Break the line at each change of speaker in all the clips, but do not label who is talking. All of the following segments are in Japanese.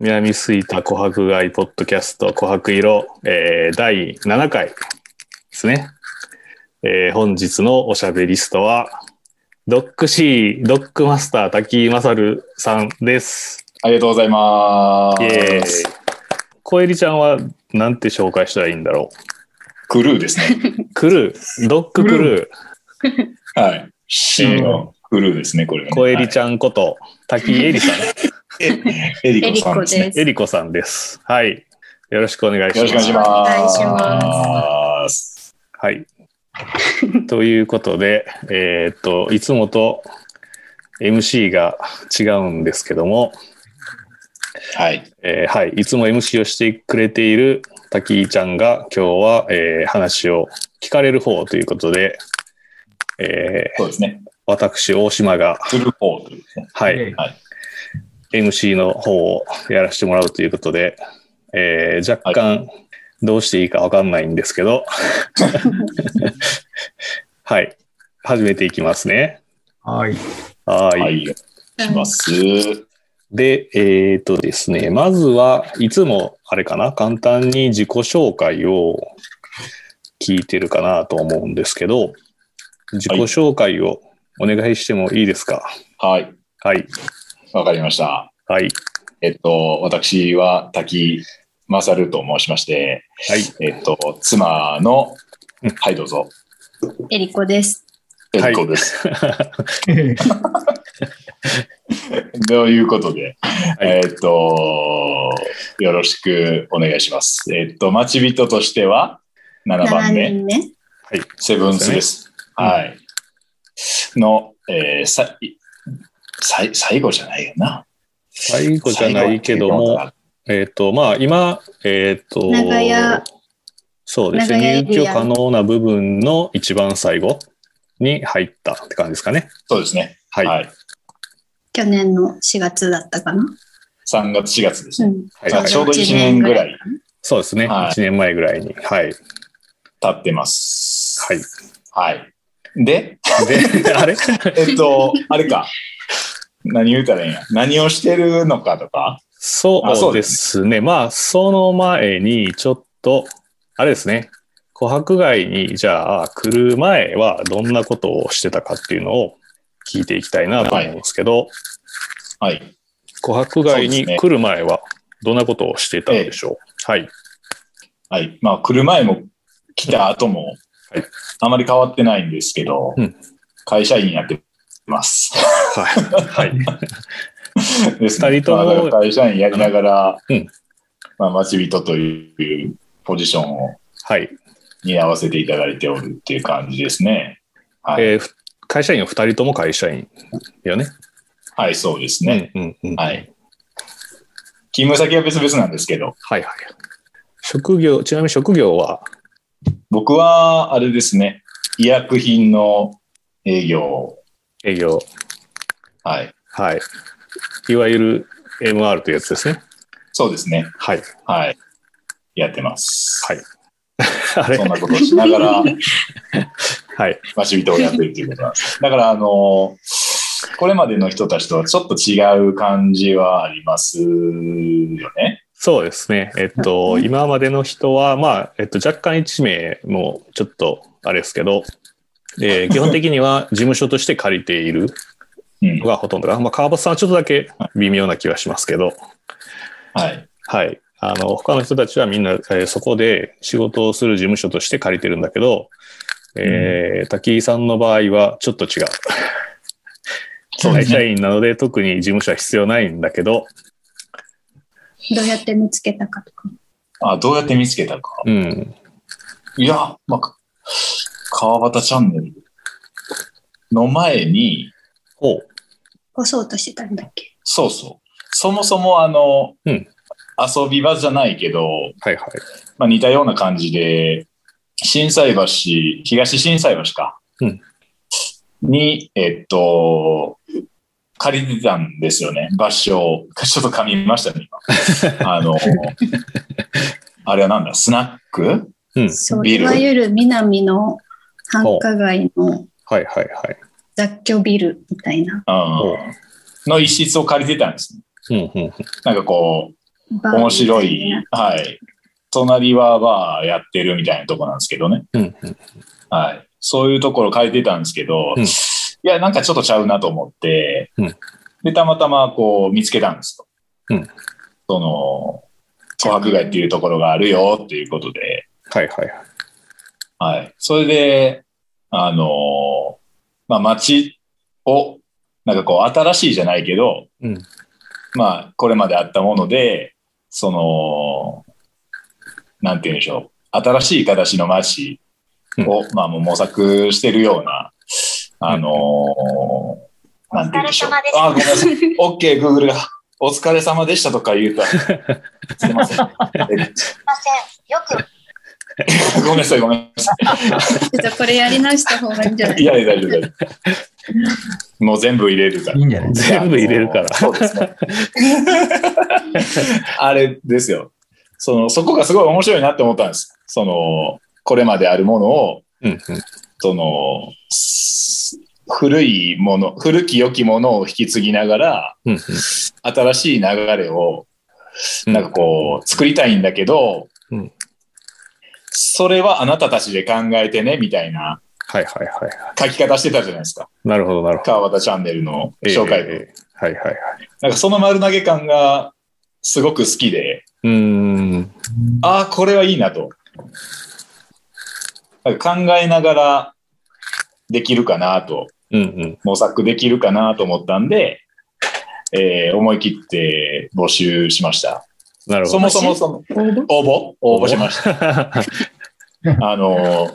南吹田琥珀街ポッドキャスト琥珀色、えー第7回ですね。えー本日のおしゃべりストは、ドック C、ドックマスター滝まさるさんです。
ありがとうございます。
イエーイ。小エリちゃんはなんて紹介したらいいんだろ
クルーです ね。
う。クルー、ドッククル
はい。C のクルーですね、これ、ね。
ー、小エリ
ゃ
ちゃんこと滝エリさん、
ん。エリコさんですね。
エリコで
エリコさんです。はい。よろしくお願いし
よ
ま
ろし
す。
くお願いします。
お
願いします。
はい。ということで、えーっと、いつもと MC が違うんですけども、
はい。
えーはい、いつも MC をしてくれている滝井ちゃんが今日は、えー話を聞かれる方ということで、えー
そうですね。
私、大島が、
クルー4というですね。
は
イェ
い
イ、
はい。
MC の方をやらせてもらうということで、えー若干どうしていいかわかんないんですけど、はい、始めていきますね。
はい。
はい。
はい。します。
で、えっ、とですね、まずはいつもあれかな、簡単に自己紹介を聞いてるかなと思うんですけど、自己紹介をお願いしてもいいですか。
はい。
はい。
わかりました。
はい。
えっと、私は滝勝と申しまして、
はい。
えっと、妻の、はい、どうぞ。
エリコです。
エリコで す。
は
ということで、
い
えーっと、よろしくお願いします。えーっと、待ち人としては7番
7
目、
人目。
セブンスです。
うん
はい。の、えーさいさい最後じゃないよな。
最後じゃないけども、えっ、と、まあ、今、えっ、と、
長屋
そうです
長屋エ
ね、
リア
入居可能な部分の一番最後に入ったって感じですかね。
そうですね。
はい。
は。
はい
去年の4月だったかな。
3月、4月ですね。
ん。
い
まあ
はい
ちょうど1年ぐらい
そうですね、
はい
1年前ぐらいに。はい。
経ってます。
はい。
はい。で、
で、あれ
えーっと、あれか。何言うたらいいんや。何をしてるのかとか。あ
そ
そうう
で
です
ね。まあ、その前に、ちょっと、あれですね。琥珀街に、じゃあ、来る前は、どんなことをしてたかっていうのを聞いていきたいなと思うんですけど、
はい。
琥珀街
そうです
に
ね
来る前は、どんなことをしてたんでしょう、はい。
はい。まあ、来る前も来た後も
はい、
あまり変わってないんですけど、
うん
会社員やって ます。
はい。はい。
ですね
二人とも
まあだから会社員やりながら、
うん
まあ、待ち人というポジションを
はい。
担わせていただいておるっていう感じですね。はい。
えーふ会社員は2人とも会社員よね。
はい、そうですね。
うんうんうん。
はい。勤務先は別々なんですけど、
はいはい。職業、ちなみに職業は、
僕は、あれですね、医薬品の営業を、
営業、
はい。
はい。いわゆる MR というやつですね。
そうですね。
はい。
はい。やってます。
はい。あれ
そんなことをしながら、
はい。
マシビトをやってるということなんです。だから、あの、これまでの人たちとはちょっと違う感じはありますよね。
そうですね。えっと、今までの人は、まあ、えっと、若干1名もちょっと、あれですけど、えー基本的には事務所として借りている
うん
の。がほとんどかな。まあ、川端さんはちょっとだけ微妙な気はしますけど、
はい。
はい。あの、他の人たちはみんな、えーそこで仕事をする事務所として借りてるんだけど、えー、滝井さんの場合はちょっと違う。
そうで
会
すね
社員なので特に事務所は必要ないんだけど、
どうやって見つけたかとか。
あ、どうやって見つけたか。
うん。
いや、まあ、川端チャンネルの前に、
ほう。
干そうとしてたんだっけ。
そうそう。そもそも、あの、
うん
遊び場じゃないけ
は
ど、
いはい。
まあ、似たような感じで、震災橋、東震災橋か。
うん
に、えっと、借りてたんですよね、場所を。ちょっと噛みましたね、 今。あの、あれはなんだ、スナック
うん。
そう、
ビ
い
ル
わゆる南の繁華街の
はいはいはい。
雑居ビルみたいな。
うん
おう
の一室を借りてたんですね。
うんうんうん。
なんかこう、
バー
面白い、はい。隣はバーやってるみたいなとこなんですけどね。
うんうん
はい。そういうところ変えてたんですけど、
うん
いや、なんかちょっとちゃうなと思って、
うん
で、たまたまこう見つけたんですと。
うん
その、琥珀街っていうところがあるよっていうことで、
はいはいはい。
はい。それで、あの、まあ、街を、なんかこう、新しいじゃないけど、
うん。
まあ、これまであったもので、その、なんて言うんでしょう。新しい形の街を、まあ、もう模索してるような、あのーなんて言うんでしょう。
お疲れ様でし
あ、ごめんなさい。OK、Google が、お疲れ様でしたとか言うと、すいません。
すいません。よく
ごめんなさい、ごめんなさ
じゃあこれやり直した方がいいんじゃない
い。いや、いや大丈夫、大丈夫。もう全部入れるから
い。いんじゃない
全部入れるから
あのそうですね。 あれですよ。その、そこがすごい面白いなって思ったんです。その、これまであるものを、
うんうん。
その、す古いもの、古き良きものを引き継ぎながら、
うんうん
新しい流れを、なんかこう、作りたいんだけど、
うん
それはあなたたちで考えてね、みたいな
はいはいはいは
書き方してたじゃないですか。
い。なるほどなるほど。
川端チャンネルの紹介
え
で。
えええはいはいはい。
なんかその丸投げ感がすごく好きで、
うーん。
ああ、これはいいなと。なんか考えながらできるかなと、
うんうん。
模索できるかなと思ったんで、えー思い切って募集しました。
なるほ
そ
ど。
もそもそ
応
の
募
応募応募しました。
た。
あのー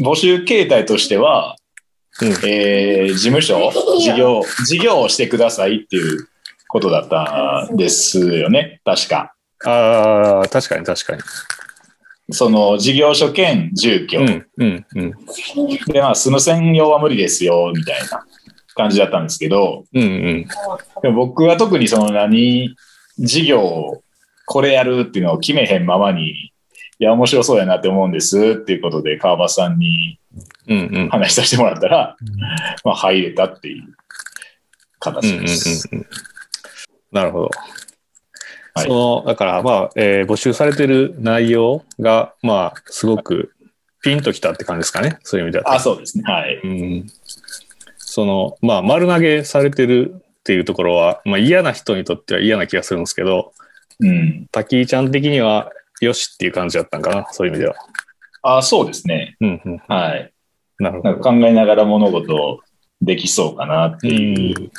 募集形態としては、
うん
えー事務所、事業、事業をしてくださいっていうことだったんですよね、確か。
ああ、確かに確かに。
その事業所兼住居、
うんうんうん。
で、まあ、住む専用は無理ですよ、みたいな感じだったんですけど、
うんうん。
でも僕は特にその何、事業をこれやるっていうのを決めへんままに、いや、面白そうやなって思うんですっていうことで、川場さんに
うんうん。
話しさせてもらったら、まあ、入れたっていう
うんう
形
んうん
です。
うん。なるほど。
はい
その、だから、まあ、えー募集されてる内容が、まあ、すごくピンときたって感じですかね。そういう意味では。
あ、そうですね。はい。
うんそのまあ丸投げされてるっていうところは、まあ、嫌な人にとっては嫌な気がするんですけど
うん。
滝井ちゃん的にはよしっていう感じだったんかなそういう意味では。
あ、そうですね。
うんうん、
はい。
なるほ
なんか
ど。
考えながら物事をできそうかなっていう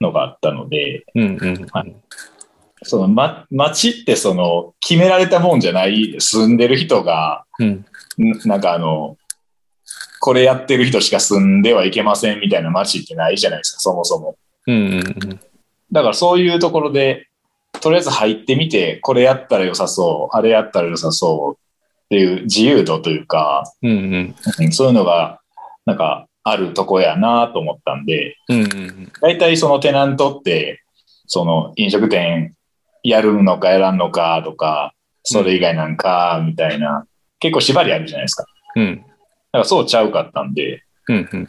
のがあったので、
うんうん
はその、ま、町ってその、決められたもんじゃない、住んでる人が、
うん
んなんかあの、これやってる人しか住んではいけませんみたいな町ってないじゃないですか、そもそも。
うんうんうん
だからそういうところで、とりあえず入ってみて、これやったら良さそう、あれやったら良さそうっていう自由度というか、
うんうん
うんそういうのが、なんか、あるとこやなと思ったんで、
うんうん
大体そのテナントって、その飲食店やるのかやらんのかとか、それ以外なんかみたいな、結構縛りあるじゃないですか。だ
うん
からそうちゃうかったんで、
うんうん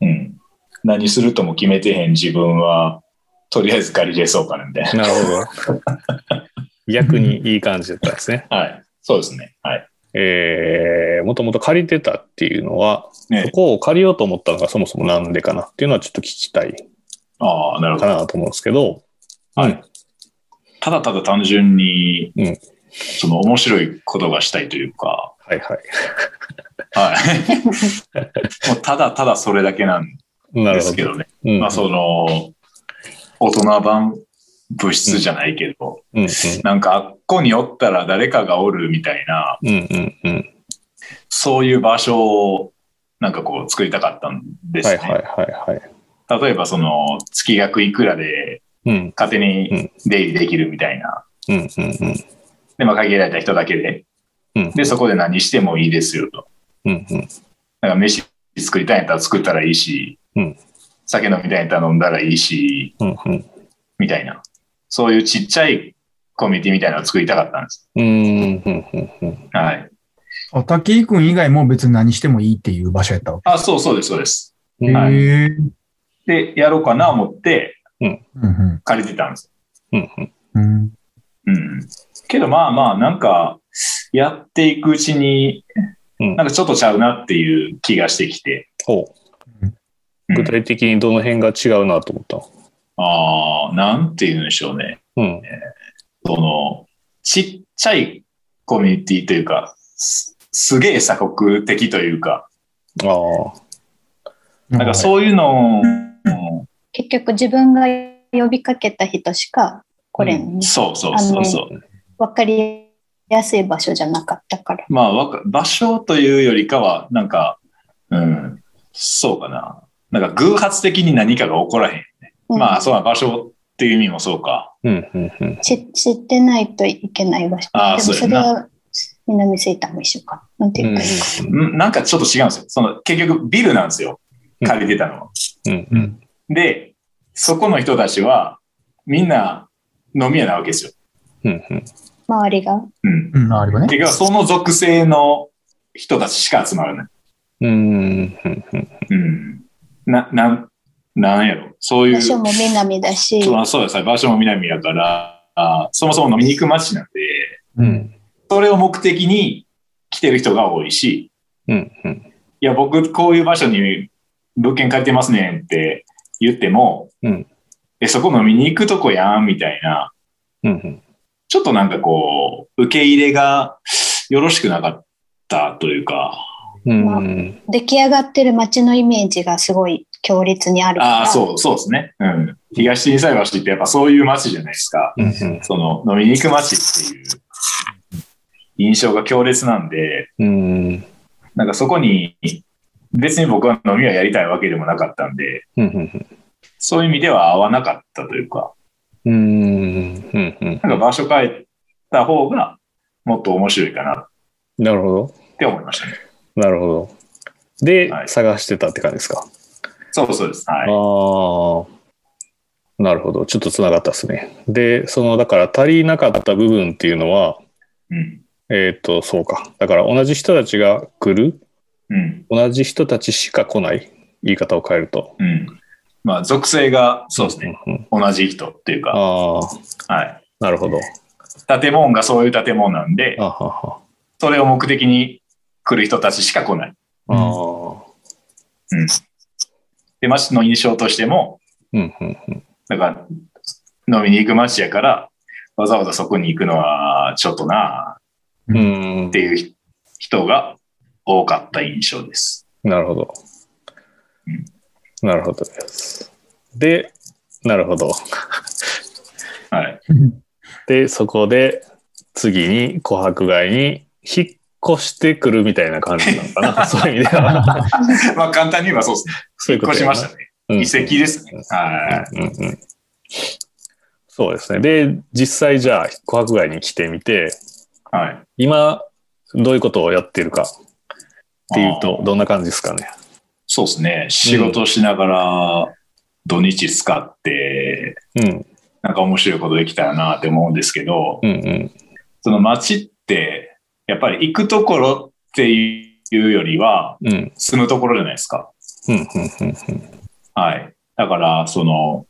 うん。何するとも決めてへん自分は、とりあえず借りれそうかなみたい
なるほ ど。逆にいい感じだったんですね。
な。はい。そうですね。はい。
えー、もともと借りてたっていうのは、
ね
そこを借りようと思ったのがそもそもなんでかなっていうのはちょっと聞きたい
ああ、なるほ
か
ど。
なと思うんですけど、
はい。ただただ単純に、
うん
その面白いことがしたいというか、
はいはい。
はい。 もうただただそれだけなん
な
で
るほ
すけ
ど。
どね。
うん
まあその、大人版物質じゃないけど、
うんうん
なんかあっこにおったら誰かがおるみたいな、
うんうんうん。
そういう場所をなんかこう作りたかったんです
は
ね。
いはいはいはい。
例えばその月額いくらで
うん
勝手
うん
に出入りできるみたいな。
うんうんうん
で、まあ限られた人だけで。
うん
で、そこで何してもいいですよと。
うんうん
なんか飯作りたいんやったら作ったらいいし、
うん
酒飲みたいんやったら飲んだらいいし、
うんうん
みたいな。そういうちっちゃいコミュニティみたいなのを作りたかったんです。
うんうんうんうん
はい。
あ滝井くん以外も別に何してもいいっていう場所やったわ
あ、そうそうです、そうです。
け。
うん
はい
へえ。
で、やろうかな思って
うん
借りてたんです。
うんうん
うん。うん
けどまあまあ、なんか、やっていくうちに、
うん
なんかちょっとちゃうなっていう気がしてきて。
ほう。具体的にどの辺が違うなと思った
ああ、なんて言うんでしょうね。
うん。
その、ちっちゃいコミュニティというか、すすげえ鎖国的というか、
ああ。
な
なんかそういうのを、
結局自分が呼びかけた人しか来れんね、
そうそうそうそう。
わかりやすい場所じゃなかったから。
まあ、わか場所というよりかは、なんか、うん、そうかな。なんか偶発的に何かが起こらへん。
うん
まあ、そうな場所っていう意味もそうか。
うん、うん、うん。
知知ってないといけない場所。
あー
でも
そ
そうれ
やな
は南セイタも一緒か。なんていうか、
んなんかちょっと違うんですよ。その、結局ビルなんですよ。借りてたのは。
うん、
う
うんん。
で、そこの人たちは、みんな飲み屋なわけですよ。
うん、うん。
周りが。
うん。
うん、あればね。
結局はその属性の人たちしか集まらない。
うん、うん、
うん。な、なん、なんやろ。そういう。
場所も南だし、
まあそうですね、場所も南だから、あそもそも飲みに行く街なんで、
うん、うん、
それを目的に来てる人が多いし、
うん、うん、
いや、僕、こういう場所に物件借りてますねんって言っても、
うん
えそこ飲みに行くとこやんみたいな、
うん、
ちょっとなんかこう、受け入れがよろしくなかったというか、
うん、
出来上がってる街のイメージがすごい強烈にあるから。
ああ、そう、そうですね。うん。東震災橋ってやっぱそういう街じゃないですか。
うん、
その飲みに行く街っていう印象が強烈なんで、
うん、
なんかそこに、別に僕は飲みはやりたいわけでもなかったんで、そういう意味では合わなかったというか、
うん、
なんか場所変えた方がもっと面白いかな
なるほど。
って思いましたね。
なるほど。で、探してたって感じですか。
そうそうです。はい。
ああ。なるほど。ちょっとつながったですね。で、その、だから足りなかった部分っていうのは、
うん。
えっ、と、そうか。だから同じ人たちが来る、
うん。
同じ人たちしか来ない。言い方を変えると。
うん。まあ、属性が、そうですね。
うんうん
同じ人っていうか、
ああ、
は
なるほど。
い。建物がそういう建物なんで
あ、はは。
それを目的に来る人たちしか来ない。
ああ。
で、街の印象としても、
うんうんうん。
だから、飲みに行く街やから、わざわざそこに行くのはちょっとな
うん
っていう人が多かった印象です。
なるほど
うん。
なるほどです。で、なるほど。
はい。
で、そこで次に琥珀街に引っ越してくるみたいな感じなのか な。そういう意味では。
まあ簡単に言えばそうですね。
そういう
引
こ
っ
と
越
や
し
な
ました
う
ね。
ん
遺跡ですね。は
うんうんそうですね。で、実際じゃあ琥珀街に来てみて、
い。はい。
今どういうことをやってるかっていうと
あー
どんな感じですかね。
そうですね。仕事しながら土日使って、
うん
なんか面白いことできたらなって思うんですけど、
うんうん
その街って、やっぱり行くところっていうよりは、
うんうん
住むところじゃないですか。
うんうん
はい。だから、その、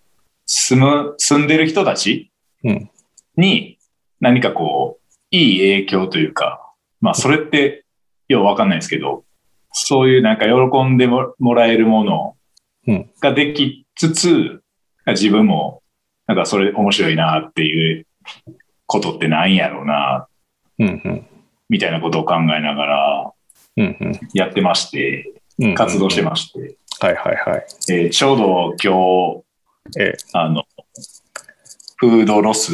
住む、住んでる人たち
うん
に何かこう、いい影響というか、まあそれってようわかんないですけど、そういうなんか喜んでももらえるも
う
の
ん
ができつつ、自分もなんかそれ面白いなっていうことってなんやろうな、
うんうん
みたいなことを考えながら
うんうん
やってまして、
うん
活動してまして、
はいはいはい。
えーちょうど今日、
ええ
あの、フードロス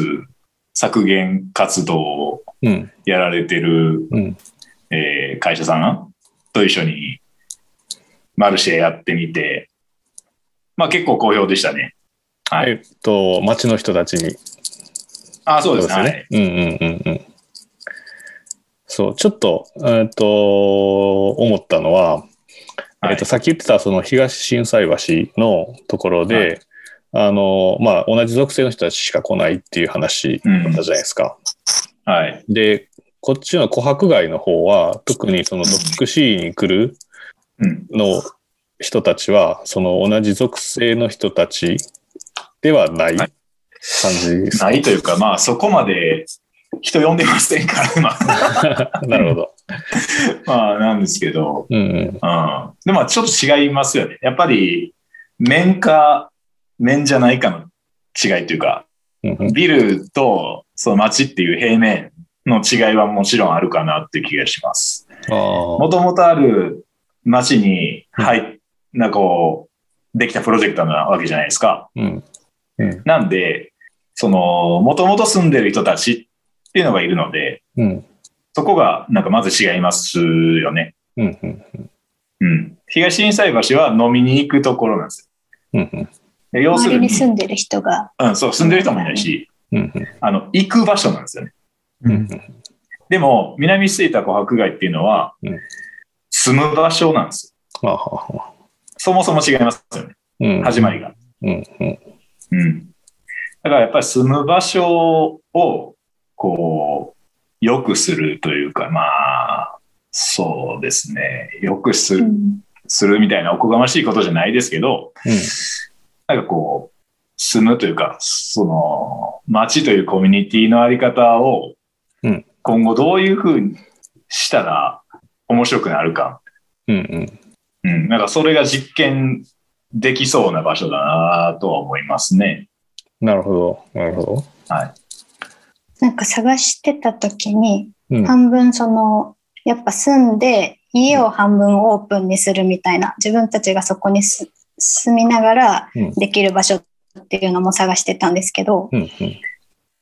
削減活動を
うん
やられてる、
うん
えー会社さんと一緒にマルシェやってみて、まあ結構好評でしたね。はい。
えっと、町の人たちに。
あ、そうですね。
ね。うんうんうんうん。そう、ちょっと、えっと、思ったのは、
は
え
い
っと、さっき言ってた、その東震災橋のところで、あの、まあ、同じ属性の人たちしか来ないっていう話だったじゃないですか。
はい。はい
で、こっちの琥珀街の方は、特にそのドックシーに来る
うん。
の人たちは、その同じ属性の人たちではない
は
感じですか
ないというか、まあそこまで人呼んでませんから、今。
なるほど。
まあ、なんですけど、
うんうん。
うん。でも、ちょっと違いますよね。やっぱり、面か、面じゃないかの違いというか、
うんうん
ビルと、その街っていう平面の違いはもちろんあるかなっていう気がします。
あ
もともとある町に、はい、なんかこう、できたプロジェクトなわけじゃないですか。
ーうん
なんで、その、もともと住んでる人たちっていうのがいるので、
うん
そこがなんかまず違いますよね。
うんうん
うん。東震災橋は飲みに行くところなんです
うんうん
よ。要す
周
るに
りに、住んでる人が。
うん、そう、住んでる人もいないし、
うんうん
あの、行く場所なんですよね。
う
うんん。
でも、南スイタ湖白街っていうのは
うん、
住む場所なんですよ。
ああ
そもそも違いますよね。
うん
始まりが。
うんうん
うん。だからやっぱり住む場所を、こう、良くするというか、まあ、そうですね。良くす
う
る
ん
するみたいなおこがましいことじゃないですけど、
うん
なんかこう、住むというか、その、街というコミュニティのあり方を
うん、
今後どういうふうにしたら面白くなるか。
うんうん
うん。なんかそれが実験できそうな場所だなとは思いますね。
なるほど。なるほど。
なんか探してた時に、
うん。
半分その、やっぱ住んで、家を半分オープンにするみたいな、自分たちがそこにす住みながら
うん
できる場所っていうのも探してたんですけど、
うん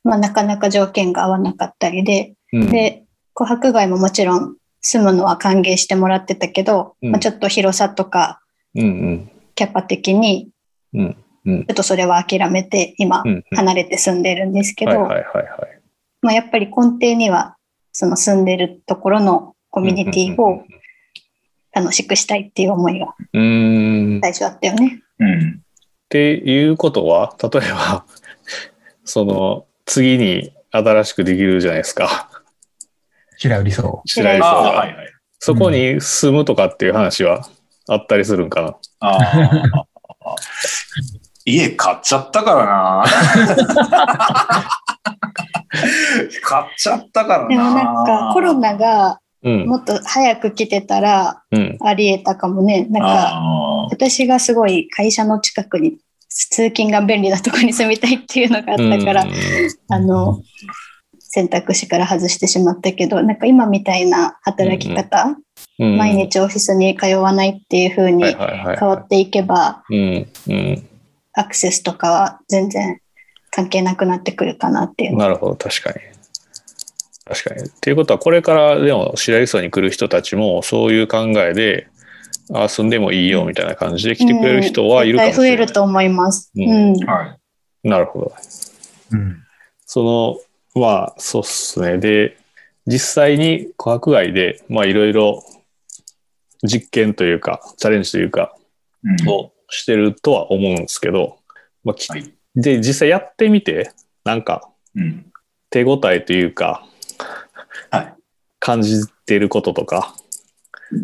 まあ、なかなか条件が合わなかったりで、
うん。
で、琥珀街ももちろん住むのは歓迎してもらってたけど、
うん
まあ、ちょっと広さとか
うんうん
キャパ的に、
うんうん
ちょっとそれは諦めて今
うんうん。
離れて住んでるんですけど、
はいはいはいはい。
まあ、やっぱり根底にはその住んでるところのコミュニティを楽しくしたいっていう思いが
うーん。っ
最初あったよね。
うん。
ていうことは、例えば、 その、次に新しくできるじゃないですか。
白売りそう。
白井
ああ、
さん
はい
が。
はい。
そこに住むとかっていう話はあったりするんかな。
ああ。 家買っちゃったからな。 買っちゃったからな。
でもなんかコロナが
うん。
もっと早く来てたら
うん。
ありえたかもね。なんか
ああ
私がすごい会社の近くに通勤が便利なところに住みたいっていうのがあったから、
うん
あの選択肢から外してしまったけどなんか今みたいな働き方、
うん
毎日オフィスに通わないっていう風に
はい
変
はいはい
わっていけば
うん。うん。
アクセスとかは全然関係なくなってくるかなっていうの
なるほど、確かに。確かに。っていうことは、これからでも白井荘に来る人たちも、そういう考えで、あ住んでもいいよみたいな感じで来てくれる人はいるかもしれない。
うん絶対増えると思います。
う
うんん、
はい。
なるほど。
うん。
その、まあ、そうっすね。で、実際に琥珀街で、まあ、いろいろ実験というか、チャレンジというか、
うん
をしてるとは思うんですけど、まあ、き
はい
で、実際やってみて、なんか、
うん
手応えというか、
はい
感じてることとか、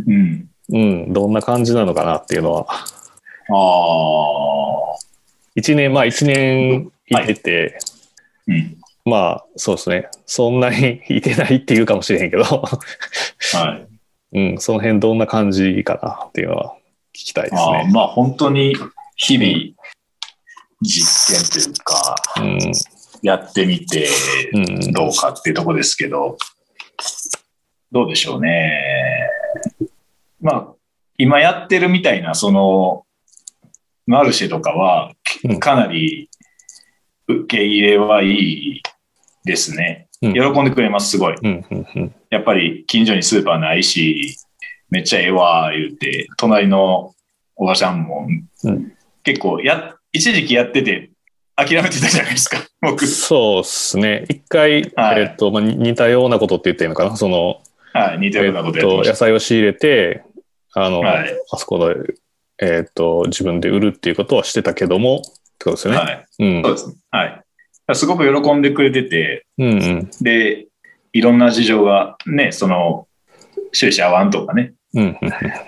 うん。
うん、どんな感じなのかなっていうのは、
ああ。
1年、まあ1年いてて、
うん。
まあそうですね、そんなにいてないっていうかもしれへんけど、
はい。
うん、その辺どんな感じかなっていうのは聞きたいです
ああ
ね。
まあ本当に日々実験というか、やってみて
うん、うん、
どうかっていうとこですけど、どうでしょうね。まあ、今やってるみたいな、その、マルシェとかは
うん、
かなり受け入れはいいですね。
うん
喜んでくれます、すごい。
うん、うん、うん、
やっぱり近所にスーパーないし、めっちゃええわ、言うて、隣のおばちゃんも、
うん
結構や、一時期やってて、諦めてたじゃないですか、 僕。
そうですね。一回、
は
え
い
っと、まあ、に似たようなことって言ってるのかな。その、
はい、似たようなことやって
えっ
ま
と、
し
野菜を仕入れて、あの、
た。はい。
あそこで、えっ、と、自分で売るっていうことはしてたけども、ってことですよね。
はい。
うん
そう。ですね。はい。すごく喜んでくれてて、
うんうん。
で、いろんな事情がね、その、終始合わんとかね、
うんうん。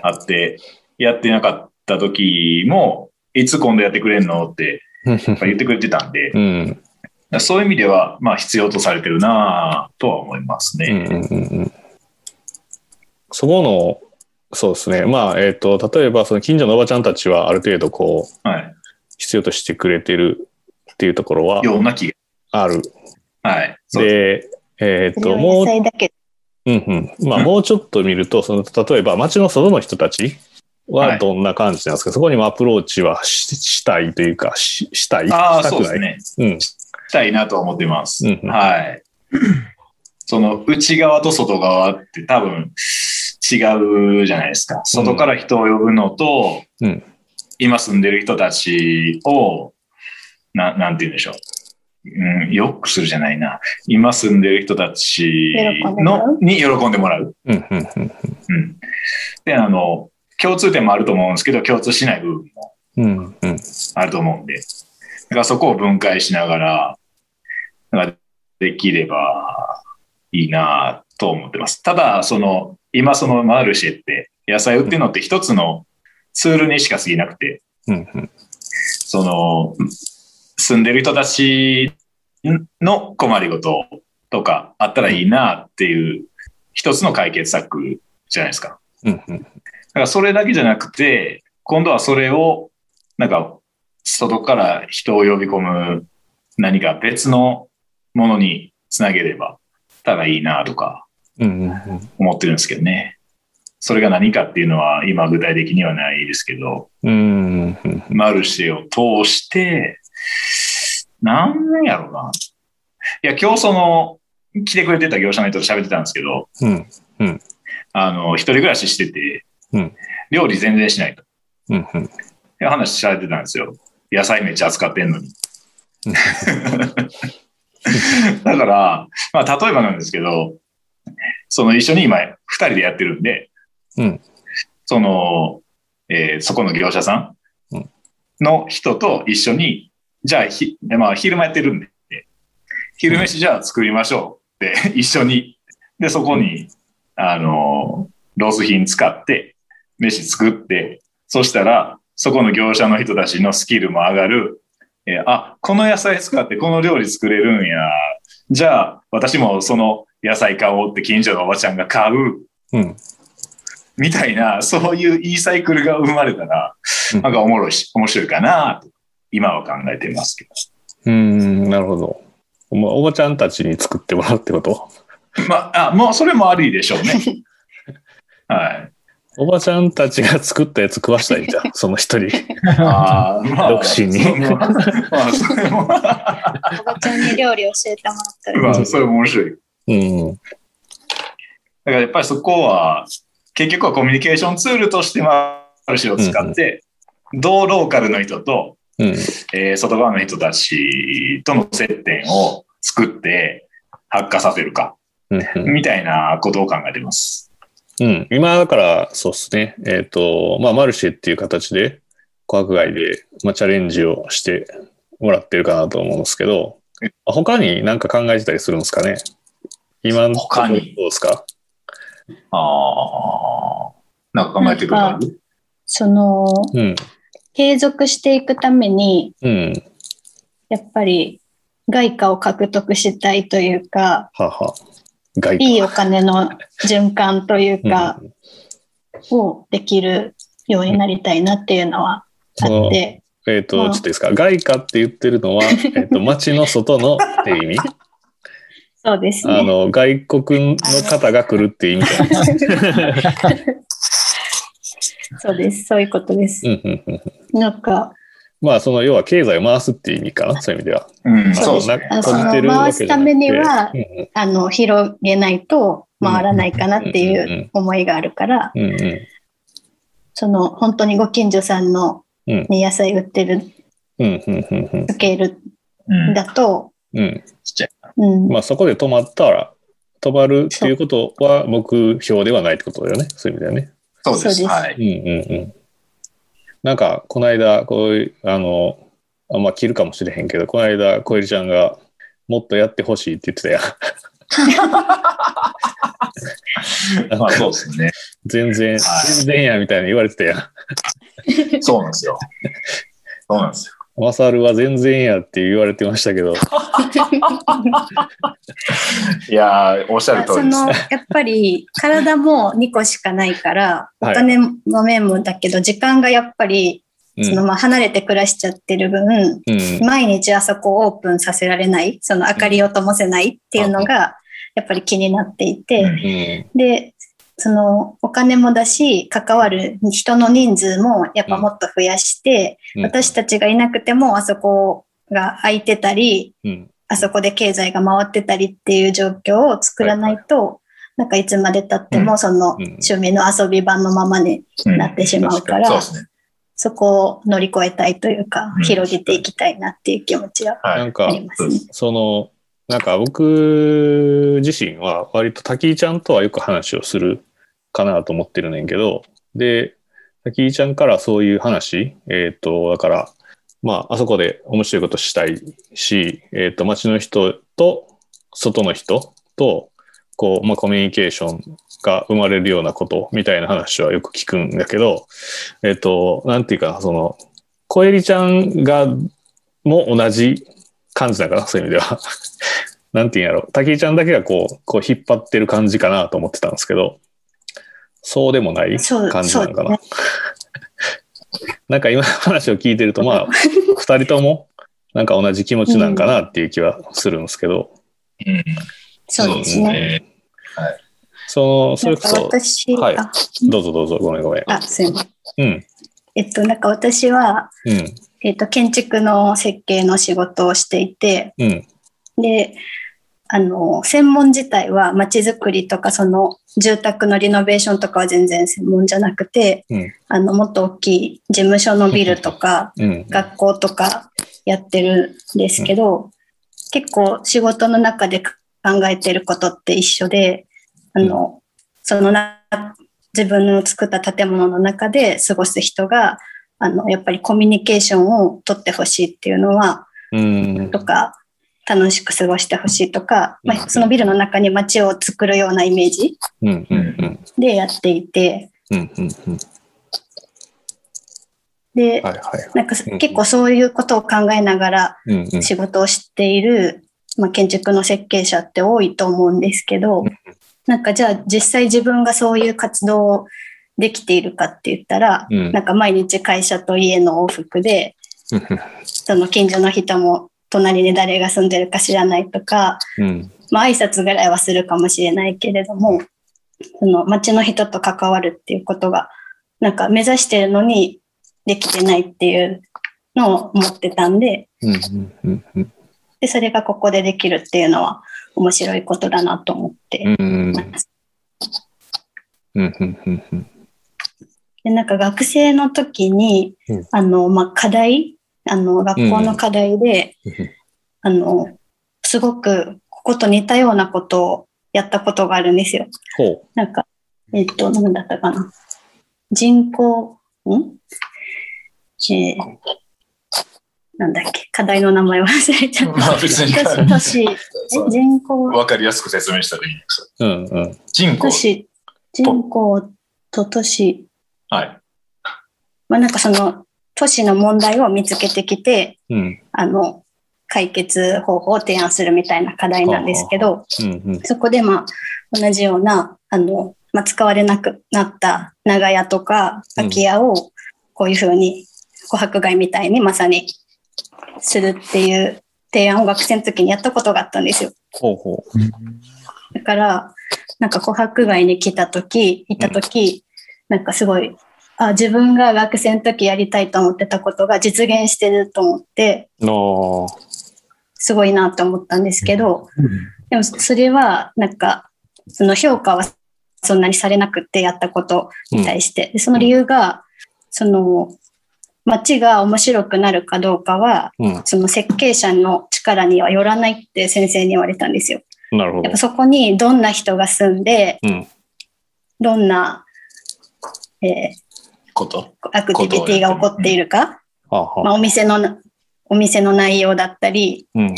あって、やってなかった時も、いつ今度やってくれんのって
うん
やっぱ言ってくれてたんで、
うん。
らそういう意味では、まあ、必要とされてるなぁとは思いますね。
うんうんうんうんそこの、そうですね。まあ、えっ、と、例えば、その近所のおばちゃんたちはある程度こう、
はい。
必要としてくれてるっていうところは
ような気が。
ある。
はい。そうです
で、えっ、
それ
と、
は
も
野
う、
菜だけ
うんうん。まあ、
うん
もうちょっと見ると、その、例えば街の外の人たち
は
はいどんな感じなんですか、そこにもアプローチはししたいというか、ししたい
ああ、
した
そう
く
で
な
す
い。
ね。
うん。
したいなとは思ってます。
うんうん
はい。 その内側と外側って多分違うじゃないですか。外から人を呼ぶのと、
うん
今住んでる人たちを、ななんて言うんでしょう。うん、よくするじゃないな。今住んでる人たちのに喜んでもらう。
うんうんうん
うん、で、あの、共通点もあると思うんですけど、共通しない部分も
うんうん
あると思うんで。だからそこを分解しながら、なんかできればいいなと思ってます。ただ、その、今そのマルシェって野菜売ってるのって一つのツールにしか過ぎなくて、
うんうん
その、住んでる人たちの困りごととかあったらいいなっていう一つの解決策じゃないですか。
うんうん
だからそれだけじゃなくて、今度はそれを、なんか、外から人を呼び込む何か別のものにつなげれば、たらいいなとか
うんうん
思ってるんですけどね。それが何かっていうのは今具体的にはないですけど、
うんうんうん
マルシェを通して、なんやろうな。いや、今日その、来てくれてた業者の人と喋ってたんですけど、
うん
あの、一人暮らししてて、
うん
料理全然しないと。
うんうん
って話されてたんですよ。野菜めっちゃ扱って んのに
うん。
だから、まあ、例えばなんですけど、その一緒に今、2人でやってるんで、
うん
その、えーそこの業者さ
うん
の人と一緒に、じゃあひ、まあ、昼間やってるんで、昼飯じゃあ作りましょうって、一緒に。で、そこに、あの、ロース品使って、飯作って、そしたら、そこの業者の人たちのスキルも上がる。えーあ、この野菜使ってこの料理作れるんや。じゃあ、私もその野菜買おうって近所のおばちゃんが買う。
うん
みたいな、そういういいサイクルが生まれたら、
うん
なんかおもろいし、面白いかなと、今は考えてますけ
うんなるほど。おばおばちゃんたちに作ってもらうってこと
ど。まあ、あ、もうそれもありでしょう ね。はい。
おばちゃんたちが作ったやつ食わしたいんじゃん、その一人。
あーまあ、
独身に
そうまあ、まあそれも、
おばちゃんに料理教えてもらったり
まあ、それも面白い。
うん。
だからやっぱりそこは、結局はコミュニケーションツールとしてマルシェを使って、同ローカルの人と、
うん。
えー外側の人たちとの接点を作って発火させるか、
うんうん
みたいなことを考えてます。
うん、今だから、そうですね。えっ、と、まあ、マルシェっていう形で、小白街で、まあ、チャレンジをしてもらってるかなと思うんですけど、あ他に何か考えてたりするんですかね今のところ
他に
どうですか
ああ、なんか考えてください。
その
うん。
継続していくために
うん。
やっぱり外貨を獲得したいというか
はは。外貨
いいお金の循環というか、
うん
をできるようになりたいなっていうのはあって、
えっ、と、ち
ま
ょっ
あ
といいですか。外貨って言ってるの は、えっ、と、街の外のって意味。
そうです
あ
ね。
の、外国の方が来るって意味じゃない
そうです。そういうことです。
うんうんうん。
なんか、
まあ、その、要は経済を回すっていう意味かな。そういう意味では。
うん、
そ
そう
う
です
な
ね。
あの
閉じてるわけじゃなくて
回すためには
うんうん
あの、広げないと回らないかなっていう思いがあるから、
うんう
その、本当にご近所さんの、
うん
ね、野菜売ってる
んうんうんうんうん
スケール
うん、
だと、
うん
ちっちゃい。
うん、
まあそこで止まったら止まるっていうことは目標ではないってことだよねそういう意味だよね。
そうで。
そうですす
はい。
うんうんうん、なんかこの間こういうあのあんま切るかもしれへんけどこの間小百合ちゃんがもっとやってほしいって言ってたやん
まあ、そうですね。
全然
はい
全然やみたいな言われてたやん。
そうなんですよ。そうなんですよ。
マサルは全然やって言われてましたけど、
いやー、おっしゃる通
そ
りです
の
ね。
やっぱり体も2個しかないからお
はい
金の面もだけど時間がやっぱり
うん
そのまあ離れて暮らしちゃってる分
うん
毎日あそこをオープンさせられないその明かりを灯せないっていうのがやっぱり気になっていて、
うん
うん
でそのお金もだし関わる人の人数もやっぱもっと増やして、
うん
私たちがいなくてもあそこが空いてたり
うん
あそこで経済が回ってたりっていう状況を作らないと、なんかいつまでたってもその
うん
趣味の遊び場のままに
うん
なってしまう
そう
か
で
ら、
すね。
そこを乗り越えたいというか
うん
広げていきたいなっていう気持ちは
な
は
ん
い。
あ
か、
りますね。
その、なんか僕自身は割と滝井ちゃんとはよく話をするかなと思ってるねんけど、で、滝井ちゃんからそういう話、えっ、と、だから、まあ、あそこで面白いことしたいし、えっ、と、街の人と外の人と、こう、まあ、コミュニケーションが生まれるようなことみたいな話はよく聞くんだけど、えっ、と、なんていうかな、その、小エリちゃんが、も同じ感じだから、そういう意味では。 なんて言うんやろ。滝井ちゃんだけがこう、こう引っ張ってる感じかなと思ってたんですけど、そうでもない
そう
感じなのかな。
そう
なんか今の話を聞いてると、 まあ、二人とも、なんか同じ気持ちなんかなっていう気はするんですけど。
うん
そうですね。
うん
はい
その、それこ
なん
そ
か、私、
はい
あ
どうぞどうぞ、ごめんごめん。
あ、すいません。
うん、
えっと、なんか私は、
うん、
えっと、建築の設計の仕事をしていて、
うん、
で、あの、専門自体は街づくりとか、その住宅のリノベーションとかは全然専門じゃなくて、
うん
あの、もっと大きい事務所のビルとか、
うん。
学校とかやってるんですけど、結構仕事の中で考えてることって一緒で、あの、そのな自分の作った建物の中で過ごす人が、あの、やっぱりコミュニケーションを取ってほしいっていうのは、
うん
と、か、楽しく過ごしてほしいとか、ま
うん
あ、そのビルの中に街を作るようなイメージ
うん、うん、うん、
でやっていて、
うん、うん、うん。
で、
はいはい。
なんか
うん
結構そういうことを考えながら、
うん、うん。
仕事をしている、まあ、建築の設計者って多いと思うんですけどなんかじゃあ実際自分がそういう活動をできているかって言ったら、
うん
なんか毎日会社と家の往復でその近所の人も隣に誰が住んでるか知らないとか、
うん、
まあ挨拶ぐらいはするかもしれないけれどもその町の人と関わるっていうことがなんか目指してるのにできてないっていうのを思ってたんで、
うん、うん、うん、うん。
で、それがここでできるっていうのは面白いことだなと思って
うん
ます。
うんうんうんうん
で、なんか学生の時に、
うん
あの、まあ、課題、あの、学校の課題で、あの、すごくここと似たようなことをやったことがあるんですよ。
ほ
なんか、えっと、何だったかな。人口、んえー、なんだっけ、課題の名前忘れ ちゃっ
まあ別に
た。都 市、え
そう
人口、
わかりやすく説明したらいいんです。
う。うんうん。
人口
都。市、人口と都市、
はい。
まあなんかその都市の問題を見つけてきて、
うん
あの、解決方法を提案するみたいな課題なんですけど、
うん
そこでまあ同じような、あの、まあ、使われなくなった長屋とか
うん
空き家をこういうふうに琥珀街みたいにまさにするっていう提案を学生の時にやったことがあったんですよ。
ほうほ
だから、なんか琥珀街に来た時、行った時、なんかすごい、あ、自分が学生の時やりたいと思ってたことが実現してると思って、
う。の
すごいなと思ったんですけど、
うん
でもそれは、なんか、その評価はそんなにされなくてやったことに対して。でその理由が、その、街が面白くなるかどうかは、
うん。
その設計者の力にはよらないって先生に言われたんですよ。
なるほ
や
ど
っぱ。そこにどんな人が住んで、
うん。
どんな、え
こと。
ーアクティビティが起こっているか、
はあは
ま
あ。
あ、お店のなお店の内容だったり
うん。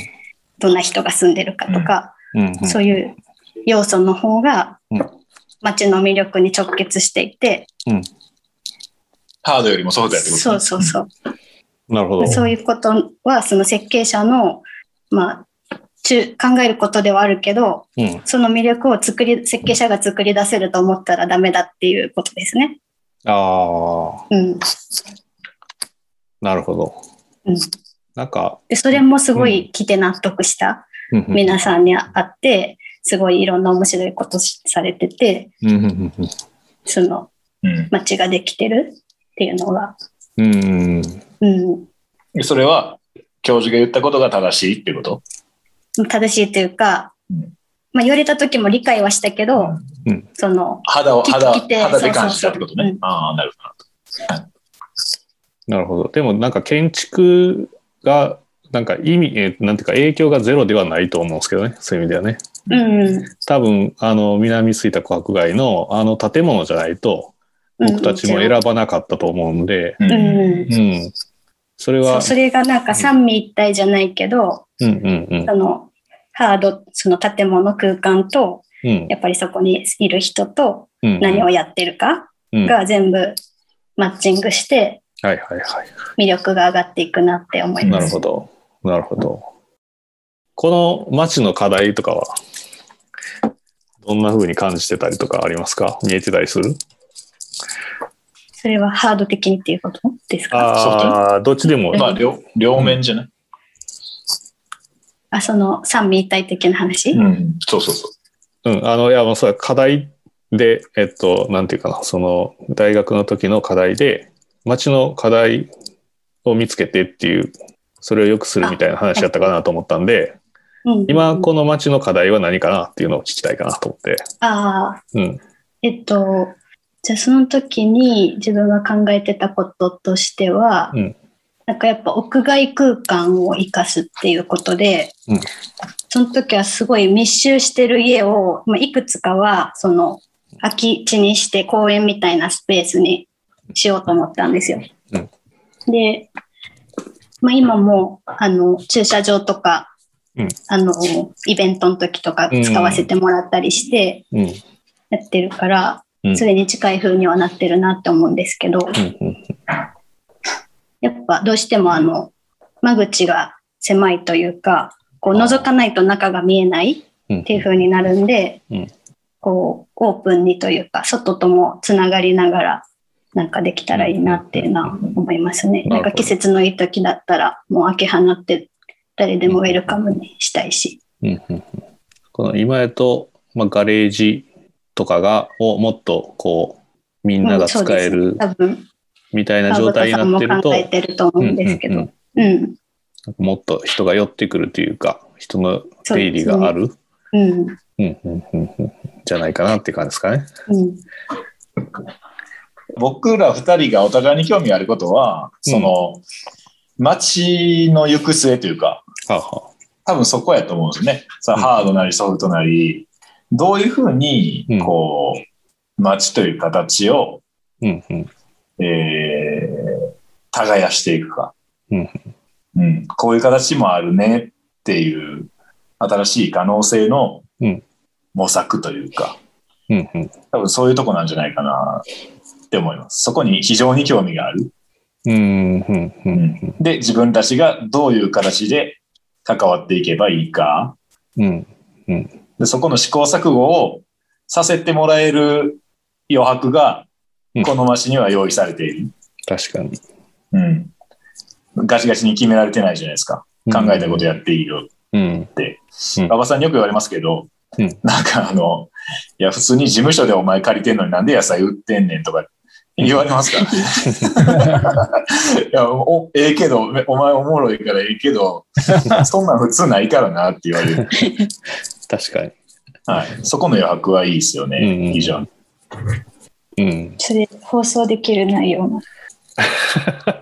どんな人が住んでるかとか、
うん。
そう
い
いう要素の方が
うん
街の魅力に直結していて、
うん。
ハードよりもソフトやってこと
そうそうそう
なるほど。
そういうことは、その設計者の、まあ、中考えることではあるけど、
うん。
その魅力を作り、設計者が作り出せると思ったらダメだっていうことですね。
ああ、
うん。
なるほど。
うん
なんか、
で、それもすごい来て納得した
うんうん
皆さんに会って、すごいいろんな面白いことしされてて、
うんうんうんうん
その
うん
街ができてるっていうのが、
うん。
うん、
でそれは、教授が言ったことが正しいっていうこと
正しいというか
うん、
まあ、言われた時も理解はしたけど、
うん
その、
肌を、
き
肌を、
きて
肌で感じたってこと
そうそう
ね
そう。
ああ、なるほ
なるほど。でもなんか建築が、なんか意味、えーなんていうか影響がゼロではないと思うんですけどね。そういう意味ではね。
うん、
多分、あの、南吹田琥珀街のあの建物じゃないと、僕たちも選ばなかったと思うんで、
ど。う
う
ん
ん、
うん。それ
そ
は
う、それがなんか三位一体じゃないけど、
うんうんうん
そのハード、その建物空間と、
うん
やっぱりそこにいる人と
うん。
何をやってるか
うんは
が全部マッチングして
いはいはい。
魅力が上がっていくなって思い
な
ま
る
す。
ほど。なるほど。この街の課題とかは、どんな風に感じてたりとかありますか見えてたりする
それはハード的にっていうことですか
ああ、どっちでも。
まあ、両両面じゃない
あ、その三位一体的な話、
うん。そうそうそう。
うん、あの、いや、もうそれは課題で、えっと、なんていうかな、その、大学の時の課題で、町の課題を見つけてっていう、それを良くするみたいな話だったかなと思ったんで、
うん
今、この町の課題は何かなっていうのを聞きたいかなと思って。
ああ、
うん。
えっと、じゃあその時に自分が考えてたこととしては、
うん
なんかやっぱ屋外空間を生かすっていうことで、
うん
その時はすごい密集してる家を、まあ、いくつかはその空き地にして公園みたいなスペースにしようと思ったんですよ。
うん
で、まあ、今もあの駐車場とか、
うん
あのイベントの時とか使わせてもらったりして、
うん。
やってるから
うん、
それに近い風にはなってるなって思うんですけど、
うんうん。
やっぱどうしてもあの、間口が狭いというか、こう覗かないと中が見えない
うん。
っていう風になるんで
うん、
こう、オープンにというか、外ともつながりながら、なんかできたらいいなっていうのは思いますね。
うん
なんか季節のいい時だったら、もう開け放って、誰でもウェルカムにしたいし。
うんうんうんこの今やと、まあ、ガレージとかが、をもっと、こう、みんなが使え
うん
る
そうです多分、
みたいな状
川
態
端
に
さん
なっ
も
てると、
考えてると思うんですけ
うんうんうん
ど。うん。
もっと人が寄ってくるというか、人の出入りがある、
うん。
うんうんうんうんじゃないかなって感じですかね。
うん。
僕ら二人がお互いに興味あることは、その、街の行く末というか、
はあは
多分そこやと思うんですよね。さ
うん
ハードなりソフトなり、どういうふうに
うん、
こう、街という形を、
うんうん
えー耕していくか、
うん
うんこういう形もあるねっていう、新しい可能性の
うん
模索というか、
うんうん
多分そういうとこなんじゃないかなって思います。そこに非常に興味がある。
うんうんうんうん
で、自分たちがどういう形で関わっていけばいいか、
うん
でそこの試行錯誤をさせてもらえる余白が
うん、
この街には用意されている。
確かに。
うん。ガチガチに決められてないじゃないですか。考えたこと
や。
やっていいよ
うんうん
馬場さんによく言われますけど、
うん
なんかあの、いや、普通に事務所でお前借りてんのになんで野菜売ってんねんとか言われますから、 ね、いやお、ええけど、お前おもろいからええけど、そんなん普通ないからなって言われる。
確か
はい。そこの余白はいいですよね、
うんうん
以上。
に。うん。
それ放送できる内容の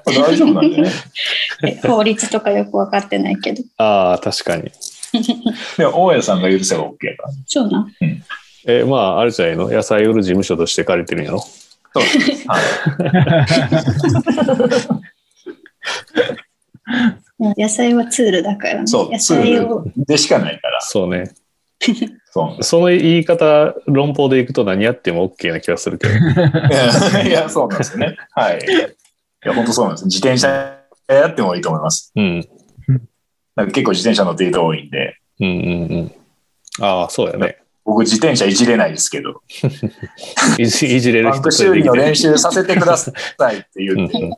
大丈夫なんでね。
え法律とかよく分かってないけど
ああ、確かに。
でも、大家さんが許せば OK やから。
そうなん
え、まあ、あるじゃないの野菜売る事務所として借りてるんやろ
そうです。はい。
野菜はツールだからね
そう
野菜を
でしかないから。
そうね。
そう。
その言い方、論法でいくと何やっても OK な気がするけど。
いや、そうなんですよね。はい。いや、本当そうなんです。自転車やってもいいと思います。
うん。
なんか結構自転車乗ってる人多いんで、
うんうんうん。ああ、そうやね。
僕自転車いじれないですけど、
いじいじれる
バン
人
ク修理の練習させてくださいって言って、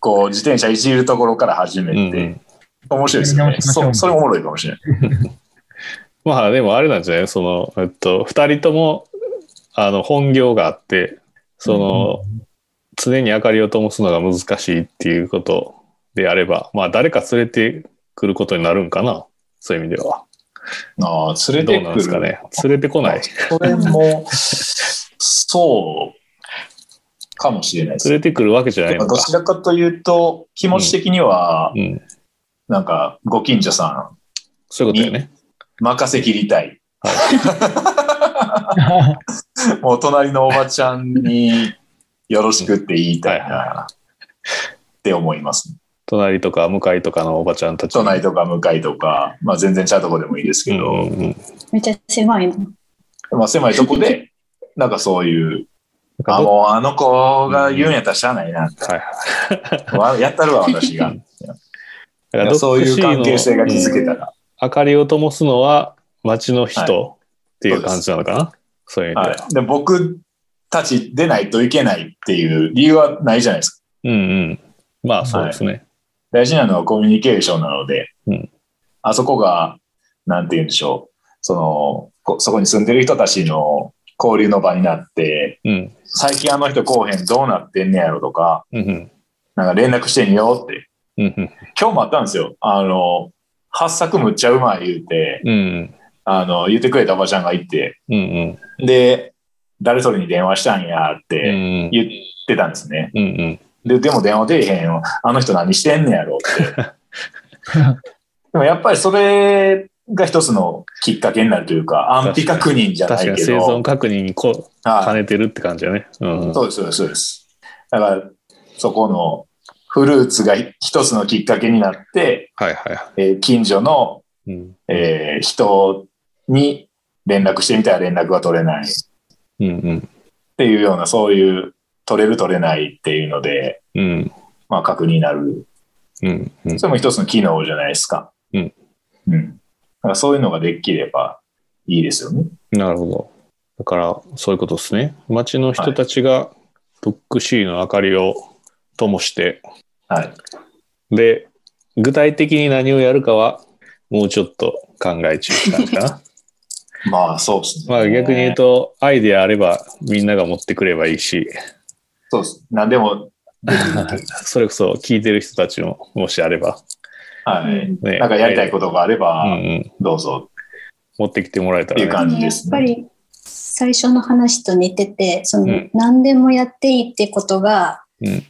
こう自転車いじるところから始
うんうん
め
うんう
て、
ん
面白いですよね。そそれおもろいかもしれない。
まあでもあれなんじゃないその、えっと、二人とも、あの、本業があって、その、常に明かりを灯すのが難しいっていうことであれば、まあ誰か連れてくることになるんかな。そういう意味では。
ああ、連れ
ど
て
う
く
な
る
んですかね。連れてこない。
それも、そう、かもしれないです
連。れてくるわけじゃないの
ど
か
ち。らかというと、気持ち的には、
うん。
なんか、ご近所さ
そういうことよね。
ん、任せきりたい。
あ
もう隣のおばちゃんに、よろしくって言いたい
はいは
な、って思います。
隣とか向かいとかのおばちゃんたち。
隣とか向かいとか、まあ全然ちゃうとこでもいいです
う
け
んう
ど、
んうん。
めっちゃ狭いの。
まあ狭いとこで、なんかそ ういう、
か
あ、もうあの子が言うんやったらしゃあないな。
はいはい。
わやったるわ、私 が。
だから
そういう関係性が
ドッグシー
築
の
けたら。
明かりを灯すのは町の人、
は
っていう感じなのかなそういう意味では。
はい、で僕たちでないといけないっていう理由はないじゃないですか。
うんうん。まあそうですね。
大事なのはコミュニケーションなので、
うん
あそこが、なんて言うんでしょう、そのこそこに住んでる人たちの交流の場になって、
うん。
最近あの人こうへんどうなってんねやろとか、
うんうん。
なんか連絡してみようって。
うんうん。
今日もあったんですよ。あの、発作むっちゃうまい言うて、
うん
あの、言ってくれたおばちゃんがいて、
うん。うん
で、誰それに電話したんや
う
っ
ん。う
て
ん
言ってたんですね。
うんうん。
で、でも電話出えへんよ。あの人何してんねやろって。でもやっぱりそれが一つのきっかけになるというか、安否確認じゃな
確か
い
に
け
生存
ど。
確認にこ兼
は
ねてるって感じだね。うん
い、。そうです、そうです、そうです。だから、そこのフルーツが一つのきっかけになって、
はいはいは
えー近所の、
い。うん。
えー人に連絡してみたら連絡が取れないっ
うんうん。
ていうような、そういう取れる取れないっていうので、
うん。
まあ確認になる。
うんうん。
それも一つの機能じゃないですか。
うん。
うん。だからそういうのができればいいですよね。
なるほど。だから、そういうことですね。町の人たちが、ドックシーの明かりを灯して、
はい。
で、具体的に何をやるかは、もうちょっと考え中って感 じかな。
まあそうですね。
まあ逆に言うと、アイデアあれば、みんなが持ってくればいいし、
そうです。何でも、
それこそ聞いてる人たちも、もしあれば、
はい。
ね。
なんかやりたいことがあれ
とうん
ば、
うん、
どうぞ
持ってきてもらえた
っていう
らね。
感じ
や
で
っ
す
ぱ
ね。
り最初の話と似ててその、
うん
何でもやっていいってことが、
うん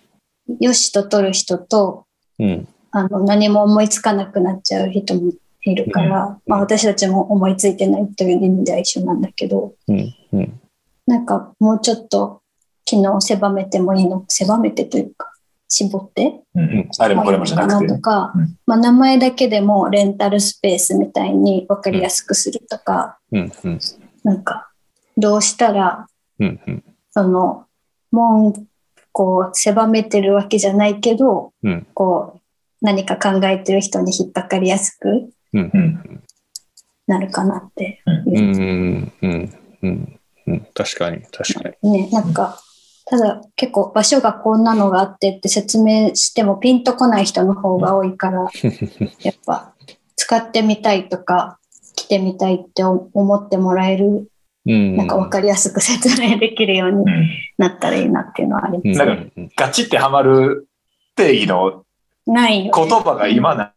よしと取る人と
うん。
あの何も思いつかなくなっちゃう人もいるから、まあ、私たちも思いついてないという意味では一緒なんだけど
うん。うん。
なんかもうちょっと機能を狭めてもいいの狭めてというか絞って
うんあれもこれもじゃなくて
と。か、
うん
まあ、名前だけでもレンタルスペースみたいに分かりやすくするとか、
うん。うん。
なんかどうしたら
うん。うん。
その門こう狭めてるわけじゃないけど、
うん
こう何か考えてる人に引っかかりやすく
うん。
なるかなって、
うん。うん。うん。うん。うん。確かに、確かに。
ねなんかただ結構場所がこんなのがあってって説明してもピンとこない人の方が多いから、やっぱ使ってみたいとか来てみたいって思ってもらえる、
うん。
なんか分かりやすく説明できるように
うん
なったらいいなっていうのはあります。
うん。
なんか
うん
ガチってハマる定義の
ないよ
言葉が今な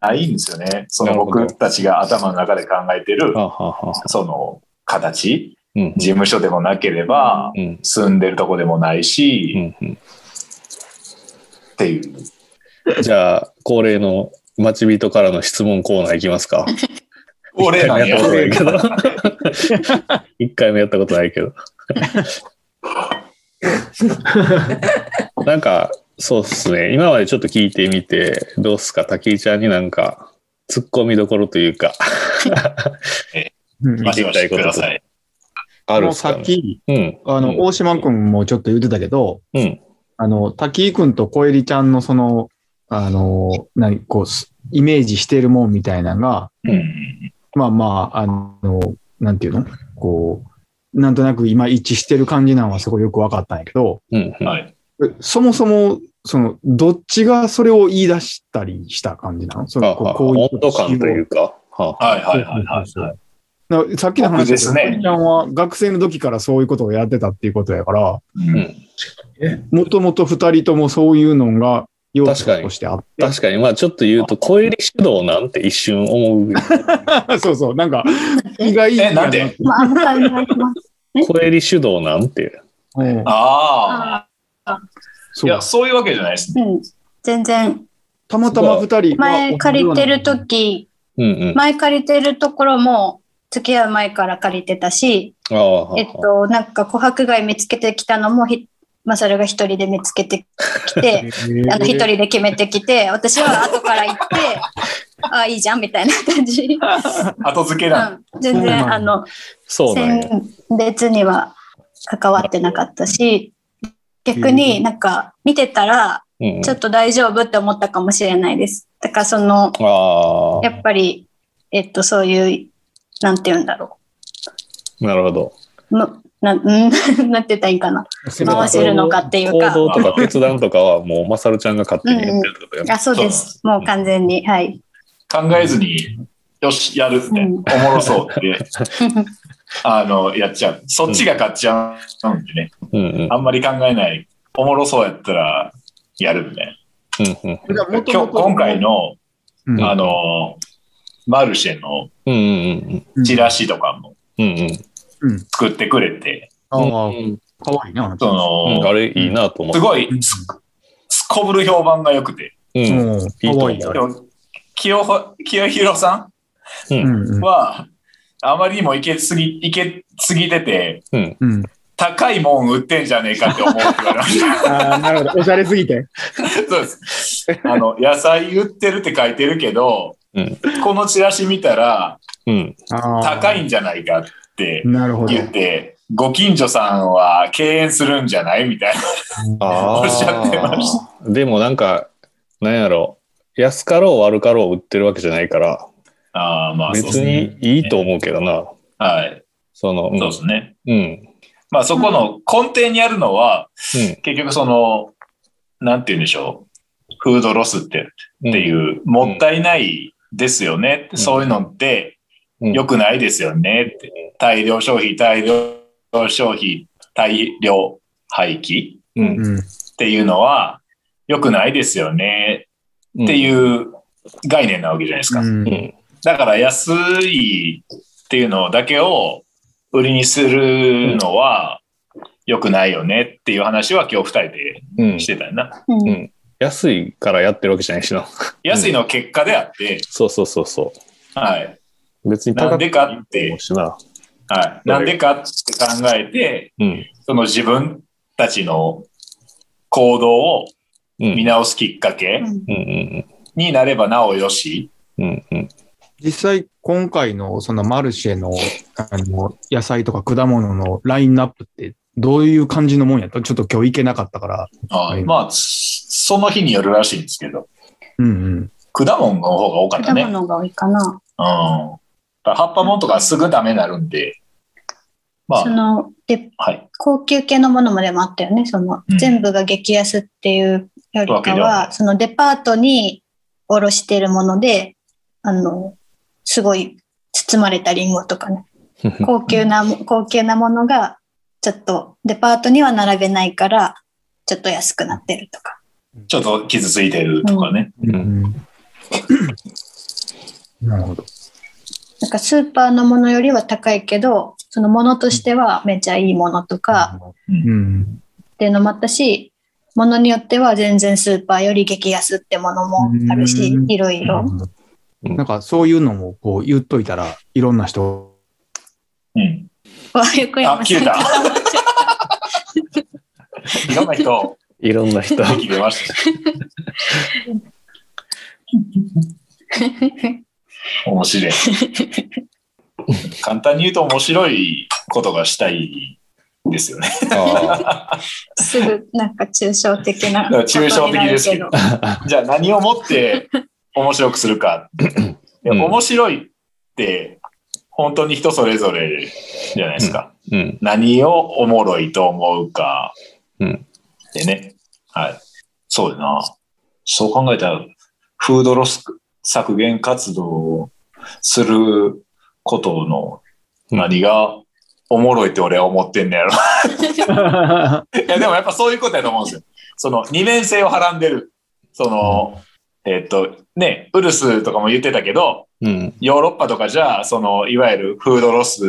ないんですよね。その
なるほど
僕たちが頭の中で考えてる
は、あはあはあ。
その形、
うん。
事務所でもなければ、
うん。
住んでるとこでもないうし、
ん。うん。
っていう。
じゃあ、恒例の町人からの質問コーナーいきますか。
俺なんや
一。回もやったことないけど。一回もやったことないけど。なんか、そうっすね。今までちょっと聞いてみて、どうっすか、滝井ちゃんになんか、突っ込みどころというか、
マシマシください。
ある
の
っすか
さっ
ね。
き、
うん。
あの、大島くんもちょっと言ってたけど、
うん。
あの、滝井くんと小百合ちゃんのその、あの、何、こう、すイメージしてるもんみたいなのが、
うん。
まあまあ、あの、なんていうのこう、なんとなく今一致してる感じなんはすごいよくわかったんやけど、
うんうん
はい。
そもそも、その、どっちがそれを言い出したりした感じなのそ
あ
の
あ
こういう
温度感というか。はあ
はいはいはいはい。
だからさっきの話
僕ですね
小林ちゃんは学生の時からそういうことをやってたっていうことやから、
うん
もともと二人ともそういうのが要
確
素
かに
としてあって。
確かに、まあちょっと言うと、小入り主導なんて一瞬思 う。
そうそう、なんか、意外
え、なんで
まあ、もう一回お願いします。
小入り主導なんて。
うん
ああ。い
そう
や、そういうわけじゃないですね。
うん。全然、
たまたま二人は
前借りてる時、
うんうん。
前借りてるところも、付き合う前から借りてたし、
ああ、はあ
えっと、なんか琥珀貝見つけてきたのもひ、マサルが一人で見つけてき て、あの一人で決めてきて、私は後から行って、あいいじゃんみたいな感じ。
後付けだ。
うん、全
そうなん
然、
だ
あの、
そうなんや。
選別には関わってなかったし、逆になんか見てたら、
うんうん
ちょっと大丈夫って思ったかもしれないです。だからその、
あ
や
あ、
っぱり、えっと、そういう、なんて言うんだろ
なるほど。
う。むな、ん なんて言ったらいいかな。回せるのかっていう
行
か。
動とか決断とかはもう、まさるちゃんが勝手にやってるってことやね。
あ、そうです。もう完全に。はい。
考えずに、よし、やるって、お
う
も
ん
ろそうって、あの、やっちゃう。そっちが勝っちゃうんでね。
うんうん
あんまり考えない。おもろそうやったら、やるみたいな。
うん
今日今回、の、
うん
あの、マルシェの
うんうん
チラシとかも
うんうんうん
作ってくれて、
ああ
うんうん
かわいいな。
その、
うんあれいいなと思っ
す
て。
ごい、すすこぶる評判が良くて、
うん
もう、かわいいあ
で
れ。
も清ほ清弘さ
うんう
ん
ん
は、あまりにもいけすぎ、いけすぎてて、
うん
うん。
高いもん売ってんじゃねえかって思うって言わ れまし
ああ、なるほど。おしゃれすぎて。
たそうです。あの、野菜売ってるって書いてるけど、
うん
このチラシ見たら、
うん
高
い。
いんじゃないかって
なるほど。
言って、ご近所さんは敬遠するんじゃないみたいな。
あ
おっしゃってまし
あ。でもなんか、なんやろ、安かろう悪かろう売ってるわけじゃないから、
ああ、まあそうです
別
ね。
にいいと思うけどな。
はい。
その、うん
そうですね。
うん。
まあそこの根底にあるのは、
うん
結局その、なんて言うんでしょう。フードロスって
うん
っていう、もったいないですよねって、
ん
そういうのって
うん
良くないですよねって、大量消費、大量消費、大量廃棄っ
うん
うん。
ていうのは良くないですよね
うん。
って
う。
いう概念なわけじゃないですか。
うん
ん。
だから安いっていうのだけを売りにするのは良くないよねっていう話は今日二人
うん
でし。てたよな。
うん
うん安いからやってるわけじゃないしな。
安いのは結果であって、
そうそうそうそ
はい。
う。別に
な
高く
んでかってて
もしな。
はい。なんでかって考えて、
うん。
その自分たちの行動を
うん。
見直すきっかけ
うん
うんうん
になればなおよし。
うん。うんうん。
実際、今回のそのマルシェのあの野菜とか果物のラインナップってどういう感じのもんやったちょっと今日行けなかったから。
はいまあ、その日によるらしいんですけど、
うんうん。
果物の方が多かった
果
ね。うん。
物が多いかな。
葉っぱもんとかすぐダメになるんで、ま
そ
あ、
の、で、
はい。
高級系のものもでもあったよね。その、
うん
全部が激安っていうより
わけ
か
ではな
は、そのデパートにおろしてるもので、あの、すごい包まれたリンゴとかね。高級な、高級なものが、ちょっとデパートには並べないから、ちょっと安くなってるとか。
ちょっと傷ついてるとかね。
うんうん、なるほど。
なんかスーパーのものよりは高いけど、そのものとしてはめちゃいいものとか、
うん。
っていうのもあったし、ものによっては全然スーパーより激安ってものもあるし
う、ん
いろいろ。
うん
なんかそういうのもこう言っといたらいろんな人
うん。
わあ横山
あ、
さ
切
ん
れた。いろんな人、
いろんな人。
駅出ました。 面白い。簡単に言うと面白いことがしたいで すよね。
あ
すぐなんか抽象的な。
から抽象的ですけど
ことになる
じゃあ何をもって面白くするか。いや
うん
面白いって本当に人それぞれじゃないですか。
ーうん。
何をおもろいと思うか。
うん
でね。はい。そうだな。そう考えたら、フードロス削減活動をすることの何がおもろいって俺は思ってんねや ろ。いや、でもやっぱそういうことやと思うんですよ。その二面性をはらんでる。その、えっと、ね、ウルスとかも言ってたけど、
うん。
ヨーロッパとかじゃ、その、いわゆるフードロス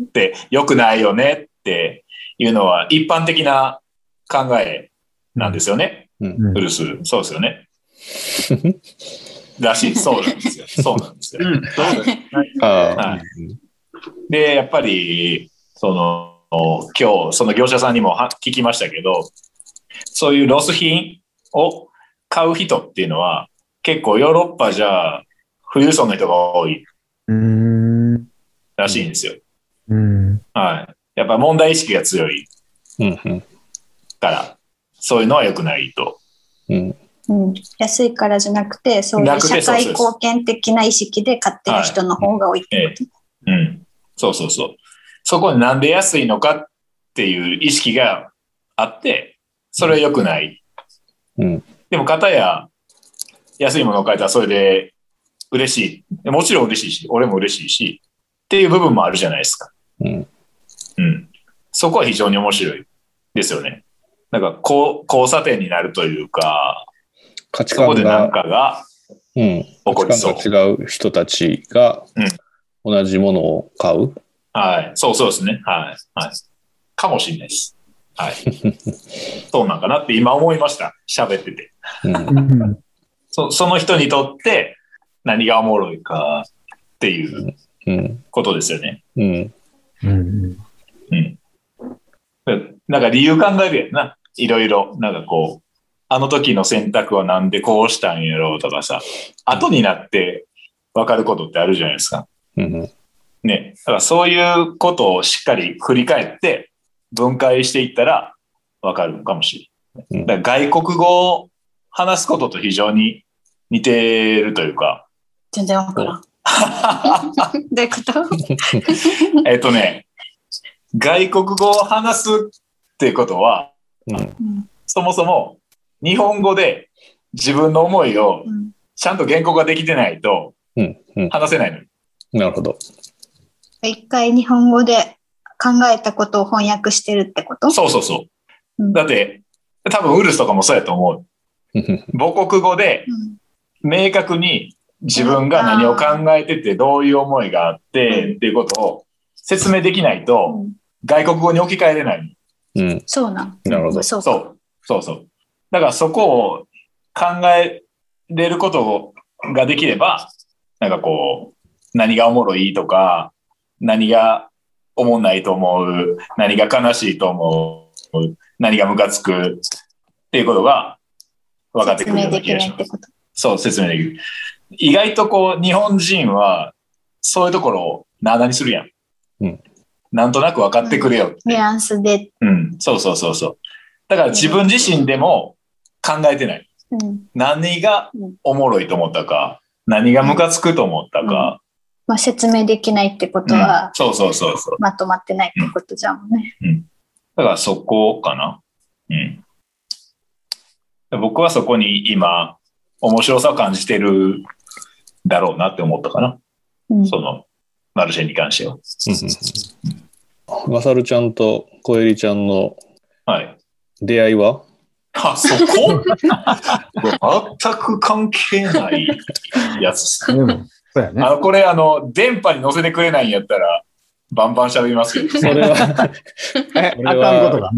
って良くないよねっていうのは一般的な考えなんですよね。
うん
ウルス、そうですよね。らしい、そうなんですよ。そうなんですよ。
あ
はいで、やっぱり、その、今日、その業者さんにもは聞きましたけど、そういうロス品を買う人っていうのは、結構ヨーロッパじゃ、富裕層の人が多い
うん。
らしいんですよ。
うん。
はい。やっぱ問題意識が強い
ー。うん。うん
から、そういうのは良くないと。
うん。
うん、安いからじゃなくて、そうい
な
う
くて
社
そうそう
会貢献的な意識で買ってる人の方が多いってこと。
うん。そうそうそう。そこになんで安いのかっていう意識があって、それは良くない。
うん。
でも、片や安いものを買えたらそれで嬉しい。もちろん嬉しいし、俺も嬉しいし、っていう部分もあるじゃないですか。
うん。
うん。そこは非常に面白いですよね。なんか、こう、交差点になるというか、
価値
そこ
観
でなん
が、
かが、
うん。
起こ
価
り
値
そう
観が違う人たちが
うん、
同じものを買う。
はい。そうそうですね。はい。はい。かもしれないです。はい。そうなんかなって今思いました。喋ってて。
うん。
そその人にとって何がおもろいかっていう
うん。
ことですよね。
うん。
うん。
うん。なんか理由考えるやんな。いろいろ。なんかこう、あの時の選択はなんでこうしたんやろうとかさ、後になって分かることってあるじゃないですか。
うん。
ね。だからそういうことをしっかり振り返って分解していったら分かるのかもしれない。だから外国語を話すことと非常に似てるというか、
全然わからん。 どういうこと
えっとね、外国語を話すっていうことは、
うん
そもそも日本語で自分の思いを
うん
ちゃんと原稿ができてないと
うん。うん。
話せないのよ。
なるほど。
一回日本語で考えたことを翻訳してるってこと
そうそうそうう。
ん
だって、多分ウルスとかもそうやと思う。
うん
母国語で
うん
明確に自分が何を考えててどういう思いがあってっていうことを説明できないと
うん
外国語に置き換えれない。
うん。
そうなん。
なるほど。
そうか
そう。そうそう。だからそこを考えれることができれば、なんかこう、何がおもろいとか、何がおもんないと思う、何が悲しいと思う、何がムカつくっていうことが分かってく
説
るよ
明
うな
で
気
き
が
な
し
いっ
ま
て
す。
こと。
そう、説明できる。意外とこう、日本人は、そういうところをなあなあにするやん。
うん
なんとなく分かってくれよって。
ニュアンスで。
うん、そうそうそうそう。だから自分自身でも考えてない。
うん
何がおもろいと思ったか、何がムカつくと思ったか。
まあ、説明できないってこ
う
と
ん
は、
そうそうそうそう。
まとまってないってことじゃんね。
だからそこかな。うん。僕はそこに今、面白さを感じてるだろうなって思ったかな。
うん
その、マルシェに関しては。
マサルちゃんと小エリちゃんの
はい。
出会いは
あ、そこ全く関係ないやつですね
でも、そうやね
あ。の、これ、あの、電波に乗せてくれないんやったら、バンバン喋りますけど。
それは、
え、
これ
あ
は
かんことが。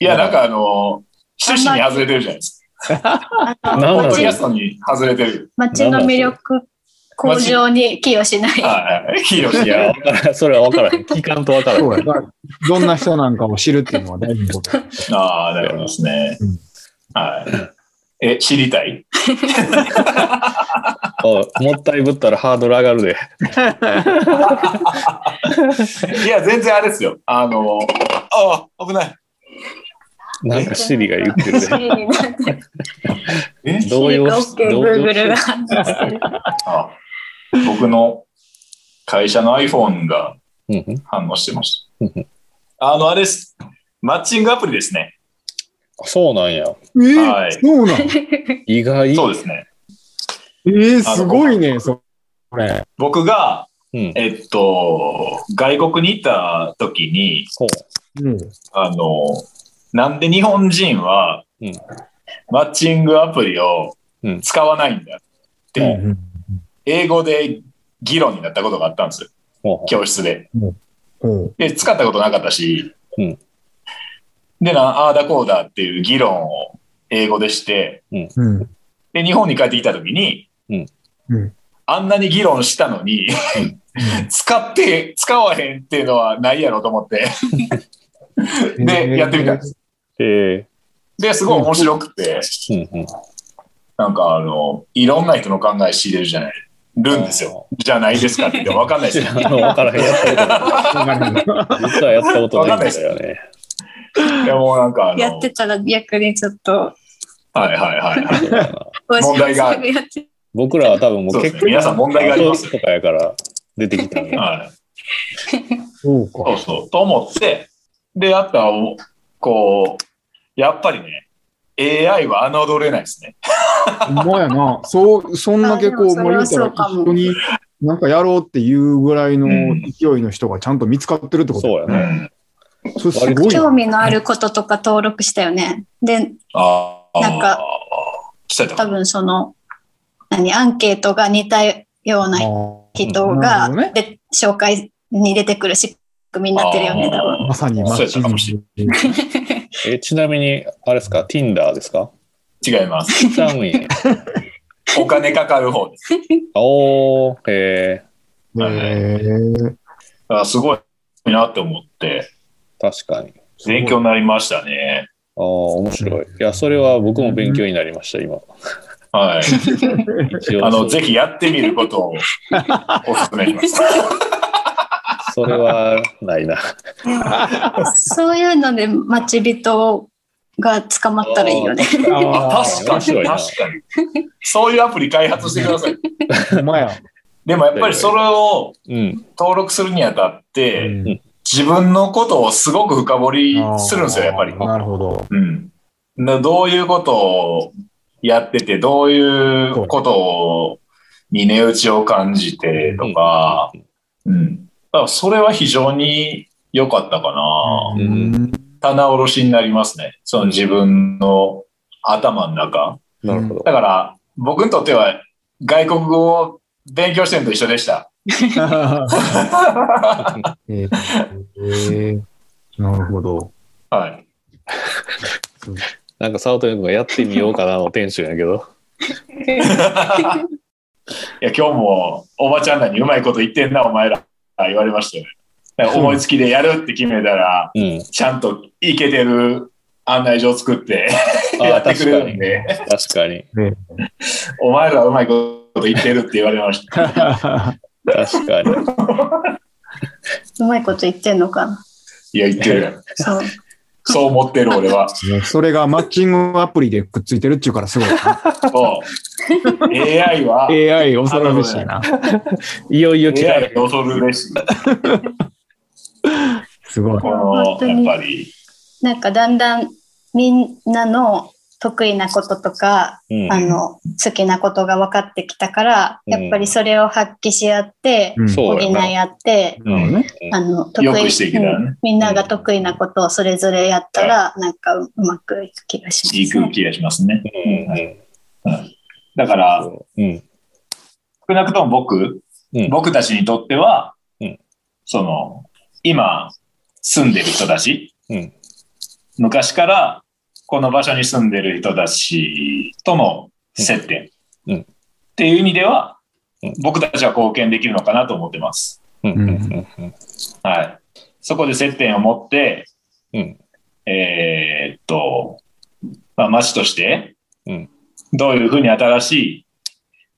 いや、なんかあの、趣旨に外れてるじゃないです
あ
何
か。ポ
の
な
ッ
ん
ドキ
で
ャ
す
ストに外れてる。
街の魅力向上に寄与しない。
はいはい。ヒーロー
いや、 わからんそれは分からへん。聞かんと分からへん。
そうや。だからどんな人なんかを知るっていうのは大事なことや。
ああ、なるほどですね
うん。
はい。え、知りたい
おいもったいぶったらハードル上がるで。
いや、全然あれですよ。あの、ああ、危ない。
なんかシリが言ってる
シ
ね。
リになってる。
え
動揺し
シリが OK、
動
Google
揺
が
し
反応してる。
あ僕の会社の iPhone が
うんうん
反応してまし
うんう
た。 あの、あれです。マッチングアプリですね。
そうなんや。
え
はい
そうなの
意外。
そうですね。
えー、すごいね、それ。
僕が、
うん。
えっと、外国にいた時に、
そう。
うん。
あの、なんで日本人は
うん、
マッチングアプリを
うん
使わないんだって、
うん
英語で議論になったことがあったんですよ。
も
教室で。
うん
で、使ったことなかったし、
うん
で、なああだこうだっていう議論を英語でして、
うん
で、日本に帰ってきたときに、
うん
うん
あんなに議論したのに、使って、使わへんっていうのはないやろと思って、で、やってみたんです。
うえ
で、すごい面白くて、
ーうんうん。
なんかあの、いろんな人の考え知れるじゃない、るんですよ。じゃないですかって言っても分かんな いですよ。
あの、わからへん。やったことない。実はやったことないんだよね。
でもなんかあの、
やってたら逆にちょっと、
はいはいはいはい。
そうやな
問題がある
やって
僕らは多分も
そううです
結
ね
構、
皆さん問題がありますよ
とかやから出てきたんや。
はい
そう
そう
か。
そう。と思って、で、やったら、おこう、やっぱりね、AI は侮れないですね。
ほんまやな。そう、そんだけこ
あ
う、
でもそれ
森
は
うた
そう
ら
かも
一緒になんかやろうっていうぐらいの
うん
勢いの人がちゃんと見つかってるってこ
そう
と
やな。
それすご い
興
な。
味のあることとか登録したよね。で、
ああ。
なんか、
したと
多分その、何、アンケートが似たような人
な
が、
るほどね
で紹介に出てくる仕組みになってるよね、多分。
まさにマッチング。
え、ちなみに、あれですか、Tinder です か
違います。
ちゃうんや。
お金かかる方です。
おー、え
えー
あすごいなって思って、
ー、確かに。
勉強になりましたね。
あー、面白い。いや、それは僕も勉強になりました、今。
はい。
一応
あの、ぜひやってみること をお勧めします。
それはないな。
そういうので待ち人が捕まったらいいよね。
あ
あ
確か
面白
に、
いな
確かに。そういうアプリ開発してください。
ーほんまや。
でもやっぱりそれを
うん。
登録するにあたって、
うん
自分のことをすごく深掘りするんですよ、やっぱり。
なるほど。
うん。などういうことをやってて、どういうことを、に値打ちを感じてとか、うん。だからそれは非常に良かったかな。
ん
棚卸しになりますね。その自分の頭の中。
なるほど。
だから、僕にとっては外国語を勉強してるのと一緒でした。
えーなるほど。
はい。
なんか、サオト君がやってみようかなのテンションやけど。
いや、今日もおばちゃんらにうまいこと言ってんな、お前ら。言われましたよね。だから思いつきでやるって決めたら、
うん。
ちゃんとイケてる案内所を作って
あー
やってくれる
確
ん で、
確かに。
お前らうまいこと言ってるって言われました。
確かに。
うまいこと言ってんのかな。
いや、言ってるやん。
そう。
そう思ってる俺は。
それがマッチングアプリでくっついてるっていうからすごいな。
そう。AI は、
AI 恐ろし いな。
いよいよ嫌い。
AI 恐るべし。
すごい。
この、やっぱり、
なんかだんだんみんなの得意なこととか、
うん
あの、好きなことが分かってきたから、
うん
やっぱりそれを発揮し合って、
うん
そう
補
や
い
な。
合って、
うん。
あの、得
よ
意
くしていけたらね
うんみんなが得意なことをそれぞれやったら、なんかうまくいく気がします、ね。
いい空気がしますね。
うん
だから、
うん。
少なくとも僕、
うん
僕たちにとっては、
うん
その、今、住んでる人たち、
うん。
昔からこの場所に住んでる人たちとの接点
うんうん
っていう意味では、
うん
僕たちは貢献できるのかなと思ってます。
うん。うん。うん。
はい。そこで接点を持って、
うん
えーっと、まあ、町として
うん、
どういうふうに新しい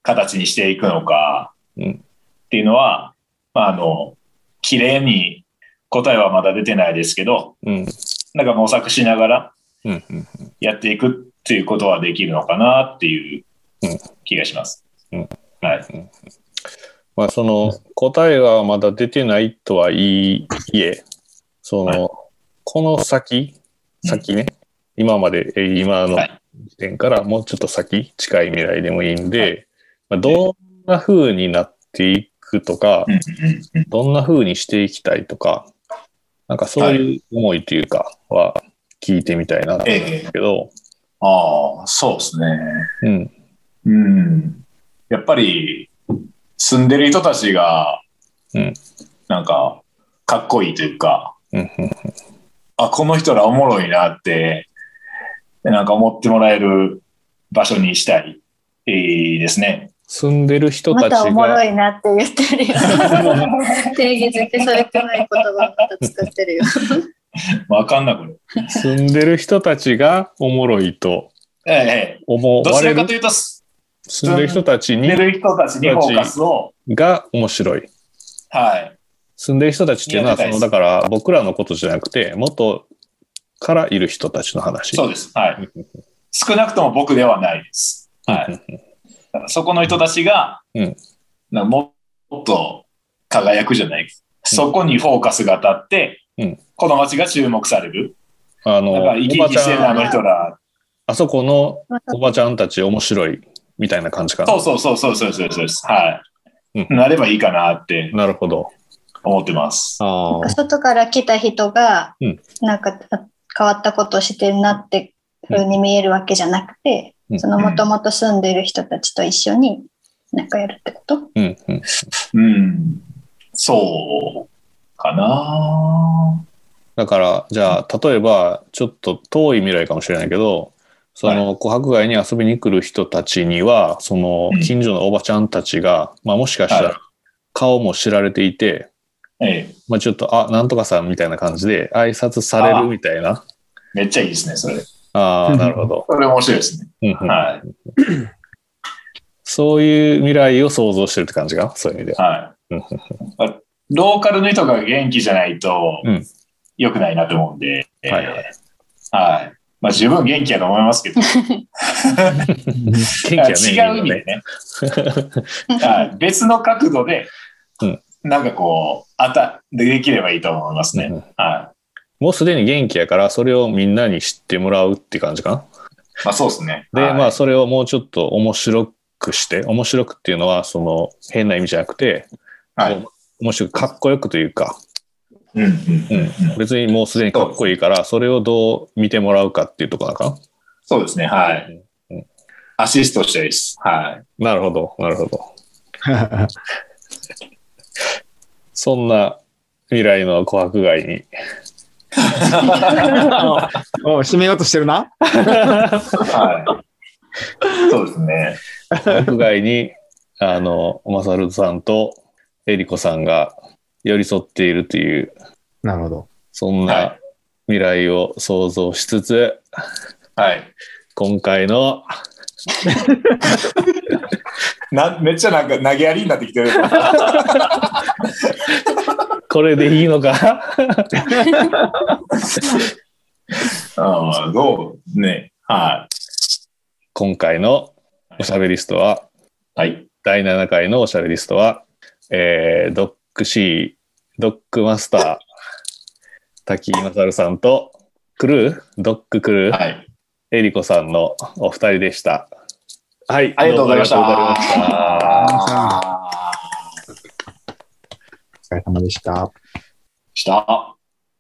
形にしていくのか
うん
っていうのは、まあ、あの、綺麗に答えはまだ出てないですけど、
うん。
なんか模索しながら
うん。うん。
やっていくっていうことはできるのかなっていう気がします。
うん
はい。
まあ、その答えがまだ出てないとはいえ、その、この先、先ね、今まで、えー今の
はい
時点からもうちょっと先、近い未来でもいいんで、まあ、どんな風になっていくとか
う、んうんうん
どんな風にしていきたいとか、なんかそういう思いというかは聞いてみたいなと思うんですけど、
ああ、そうですね。
うん、
うん。やっぱり、住んでる人たちが、
うん
なんか、かっこいいというか、
うん、うん、
あ、この人らおもろいなって、なんか思ってもらえる場所にしたい、えーですね。
住んでる人
ま
たち
たおもろ
が、
いなって言ってるよ。定義づけされてない言葉をまた作ってるよ。
わかんなくなる。
住んでる人たちがおもろいと
えええ
思
えど
わ
ち
れる
らかというと、住
住んでる人たち
ん
に
でる人たちにフォーカスを、
が面白い。
はい。
住んでる人たちっていうのは、
い
そ
や理
の、
解
だから僕らのことじゃなくて、元からいる人たちの話。
そうです。はい。少なくとも僕ではないです。はい。だからそこの人たちが、
うん
なんかもっと輝くじゃない、そこにフォーカスが当たって、
うん
この街が注目される。
あの、
だから生き
お
生
ばち
きしてる
ゃ
あ
ん、
の人ら。
あそこのおばちゃんたち面白いみたいな感じか
そ
な。
うそうそうそうそうそうそうです。はい、
う
なればいいかなって
なるほど。
思ってます。
ああ。
外から来た人が
うん、
なんか変わったことをしてるなって風に見えるわけじゃなくて
う、ん
そのもともと住んでる人たちと一緒になんかやるってこと
うんうん。
うん。そうかな。
だから、じゃあ、例えば、ちょっと遠い未来かもしれないけど、その、琥珀街に遊びに来る人たちには、その
うん、
近所のおばちゃんたちが、まあ、もしかした
は
ら、顔も知られていて、
ええ、
まあ、ちょっと、あ、なんとかさんみたいな感じで、挨拶されるみたいな。
めっちゃいいですね、それ。
ああ、
うん
なるほど。
それ面白いですね。
うんうん
はい。
そういう未来を想像してるって感じかそういう意味では。
は
う
い
んうん。
ローカルの人が元気じゃないと
うん
良くないなと思うんで。
はいはい
はい。まあ十分元気やと思いますけ ど、
元気やね。
違う意味でね、
うん
はい、別の角度で
うん、
なんかこう、あた、できればいいと思います
みんな
ね。
ね。
は
もうすでに元気やから、それをみんなに知ってもらうって感じか
い。まあそうですね。
な。で、
はい
まあ、それをもうちょっと面白くして、面白くっていうのは、その、変な意味じゃなくて、
はい
もう面白くかっこよくというか、
うんうん
うん別にもうすでにかっこいいから、それをどう見てもらうかっていうところなのか
そうですね。はい
うんうん。
アシストしたいです。は
ななるほど、なるほど。そんな未来の琥珀街 に。
お締めようとしてるな。
い。はい。そうですね。
琥珀街に、あの、マサルさんとエリコさんが寄り添っているという、
なるほど。
そんな
は
未来を想像しつつ、
はい。
今回の、
な、めっちゃなんか投げやりになってきてる。
これでいいのか
ああ、どうね。は
今回のおしゃべりストは、
い。はい。
第7回のおしゃべりストは、えー、ドック C、ドックマスター、滝マサルさんと、クルードッククルー、
はい。
えりこさんのお二人でした。はい、
ありがとうございました。
どうもありがとうございました
お疲れ様でした。
した。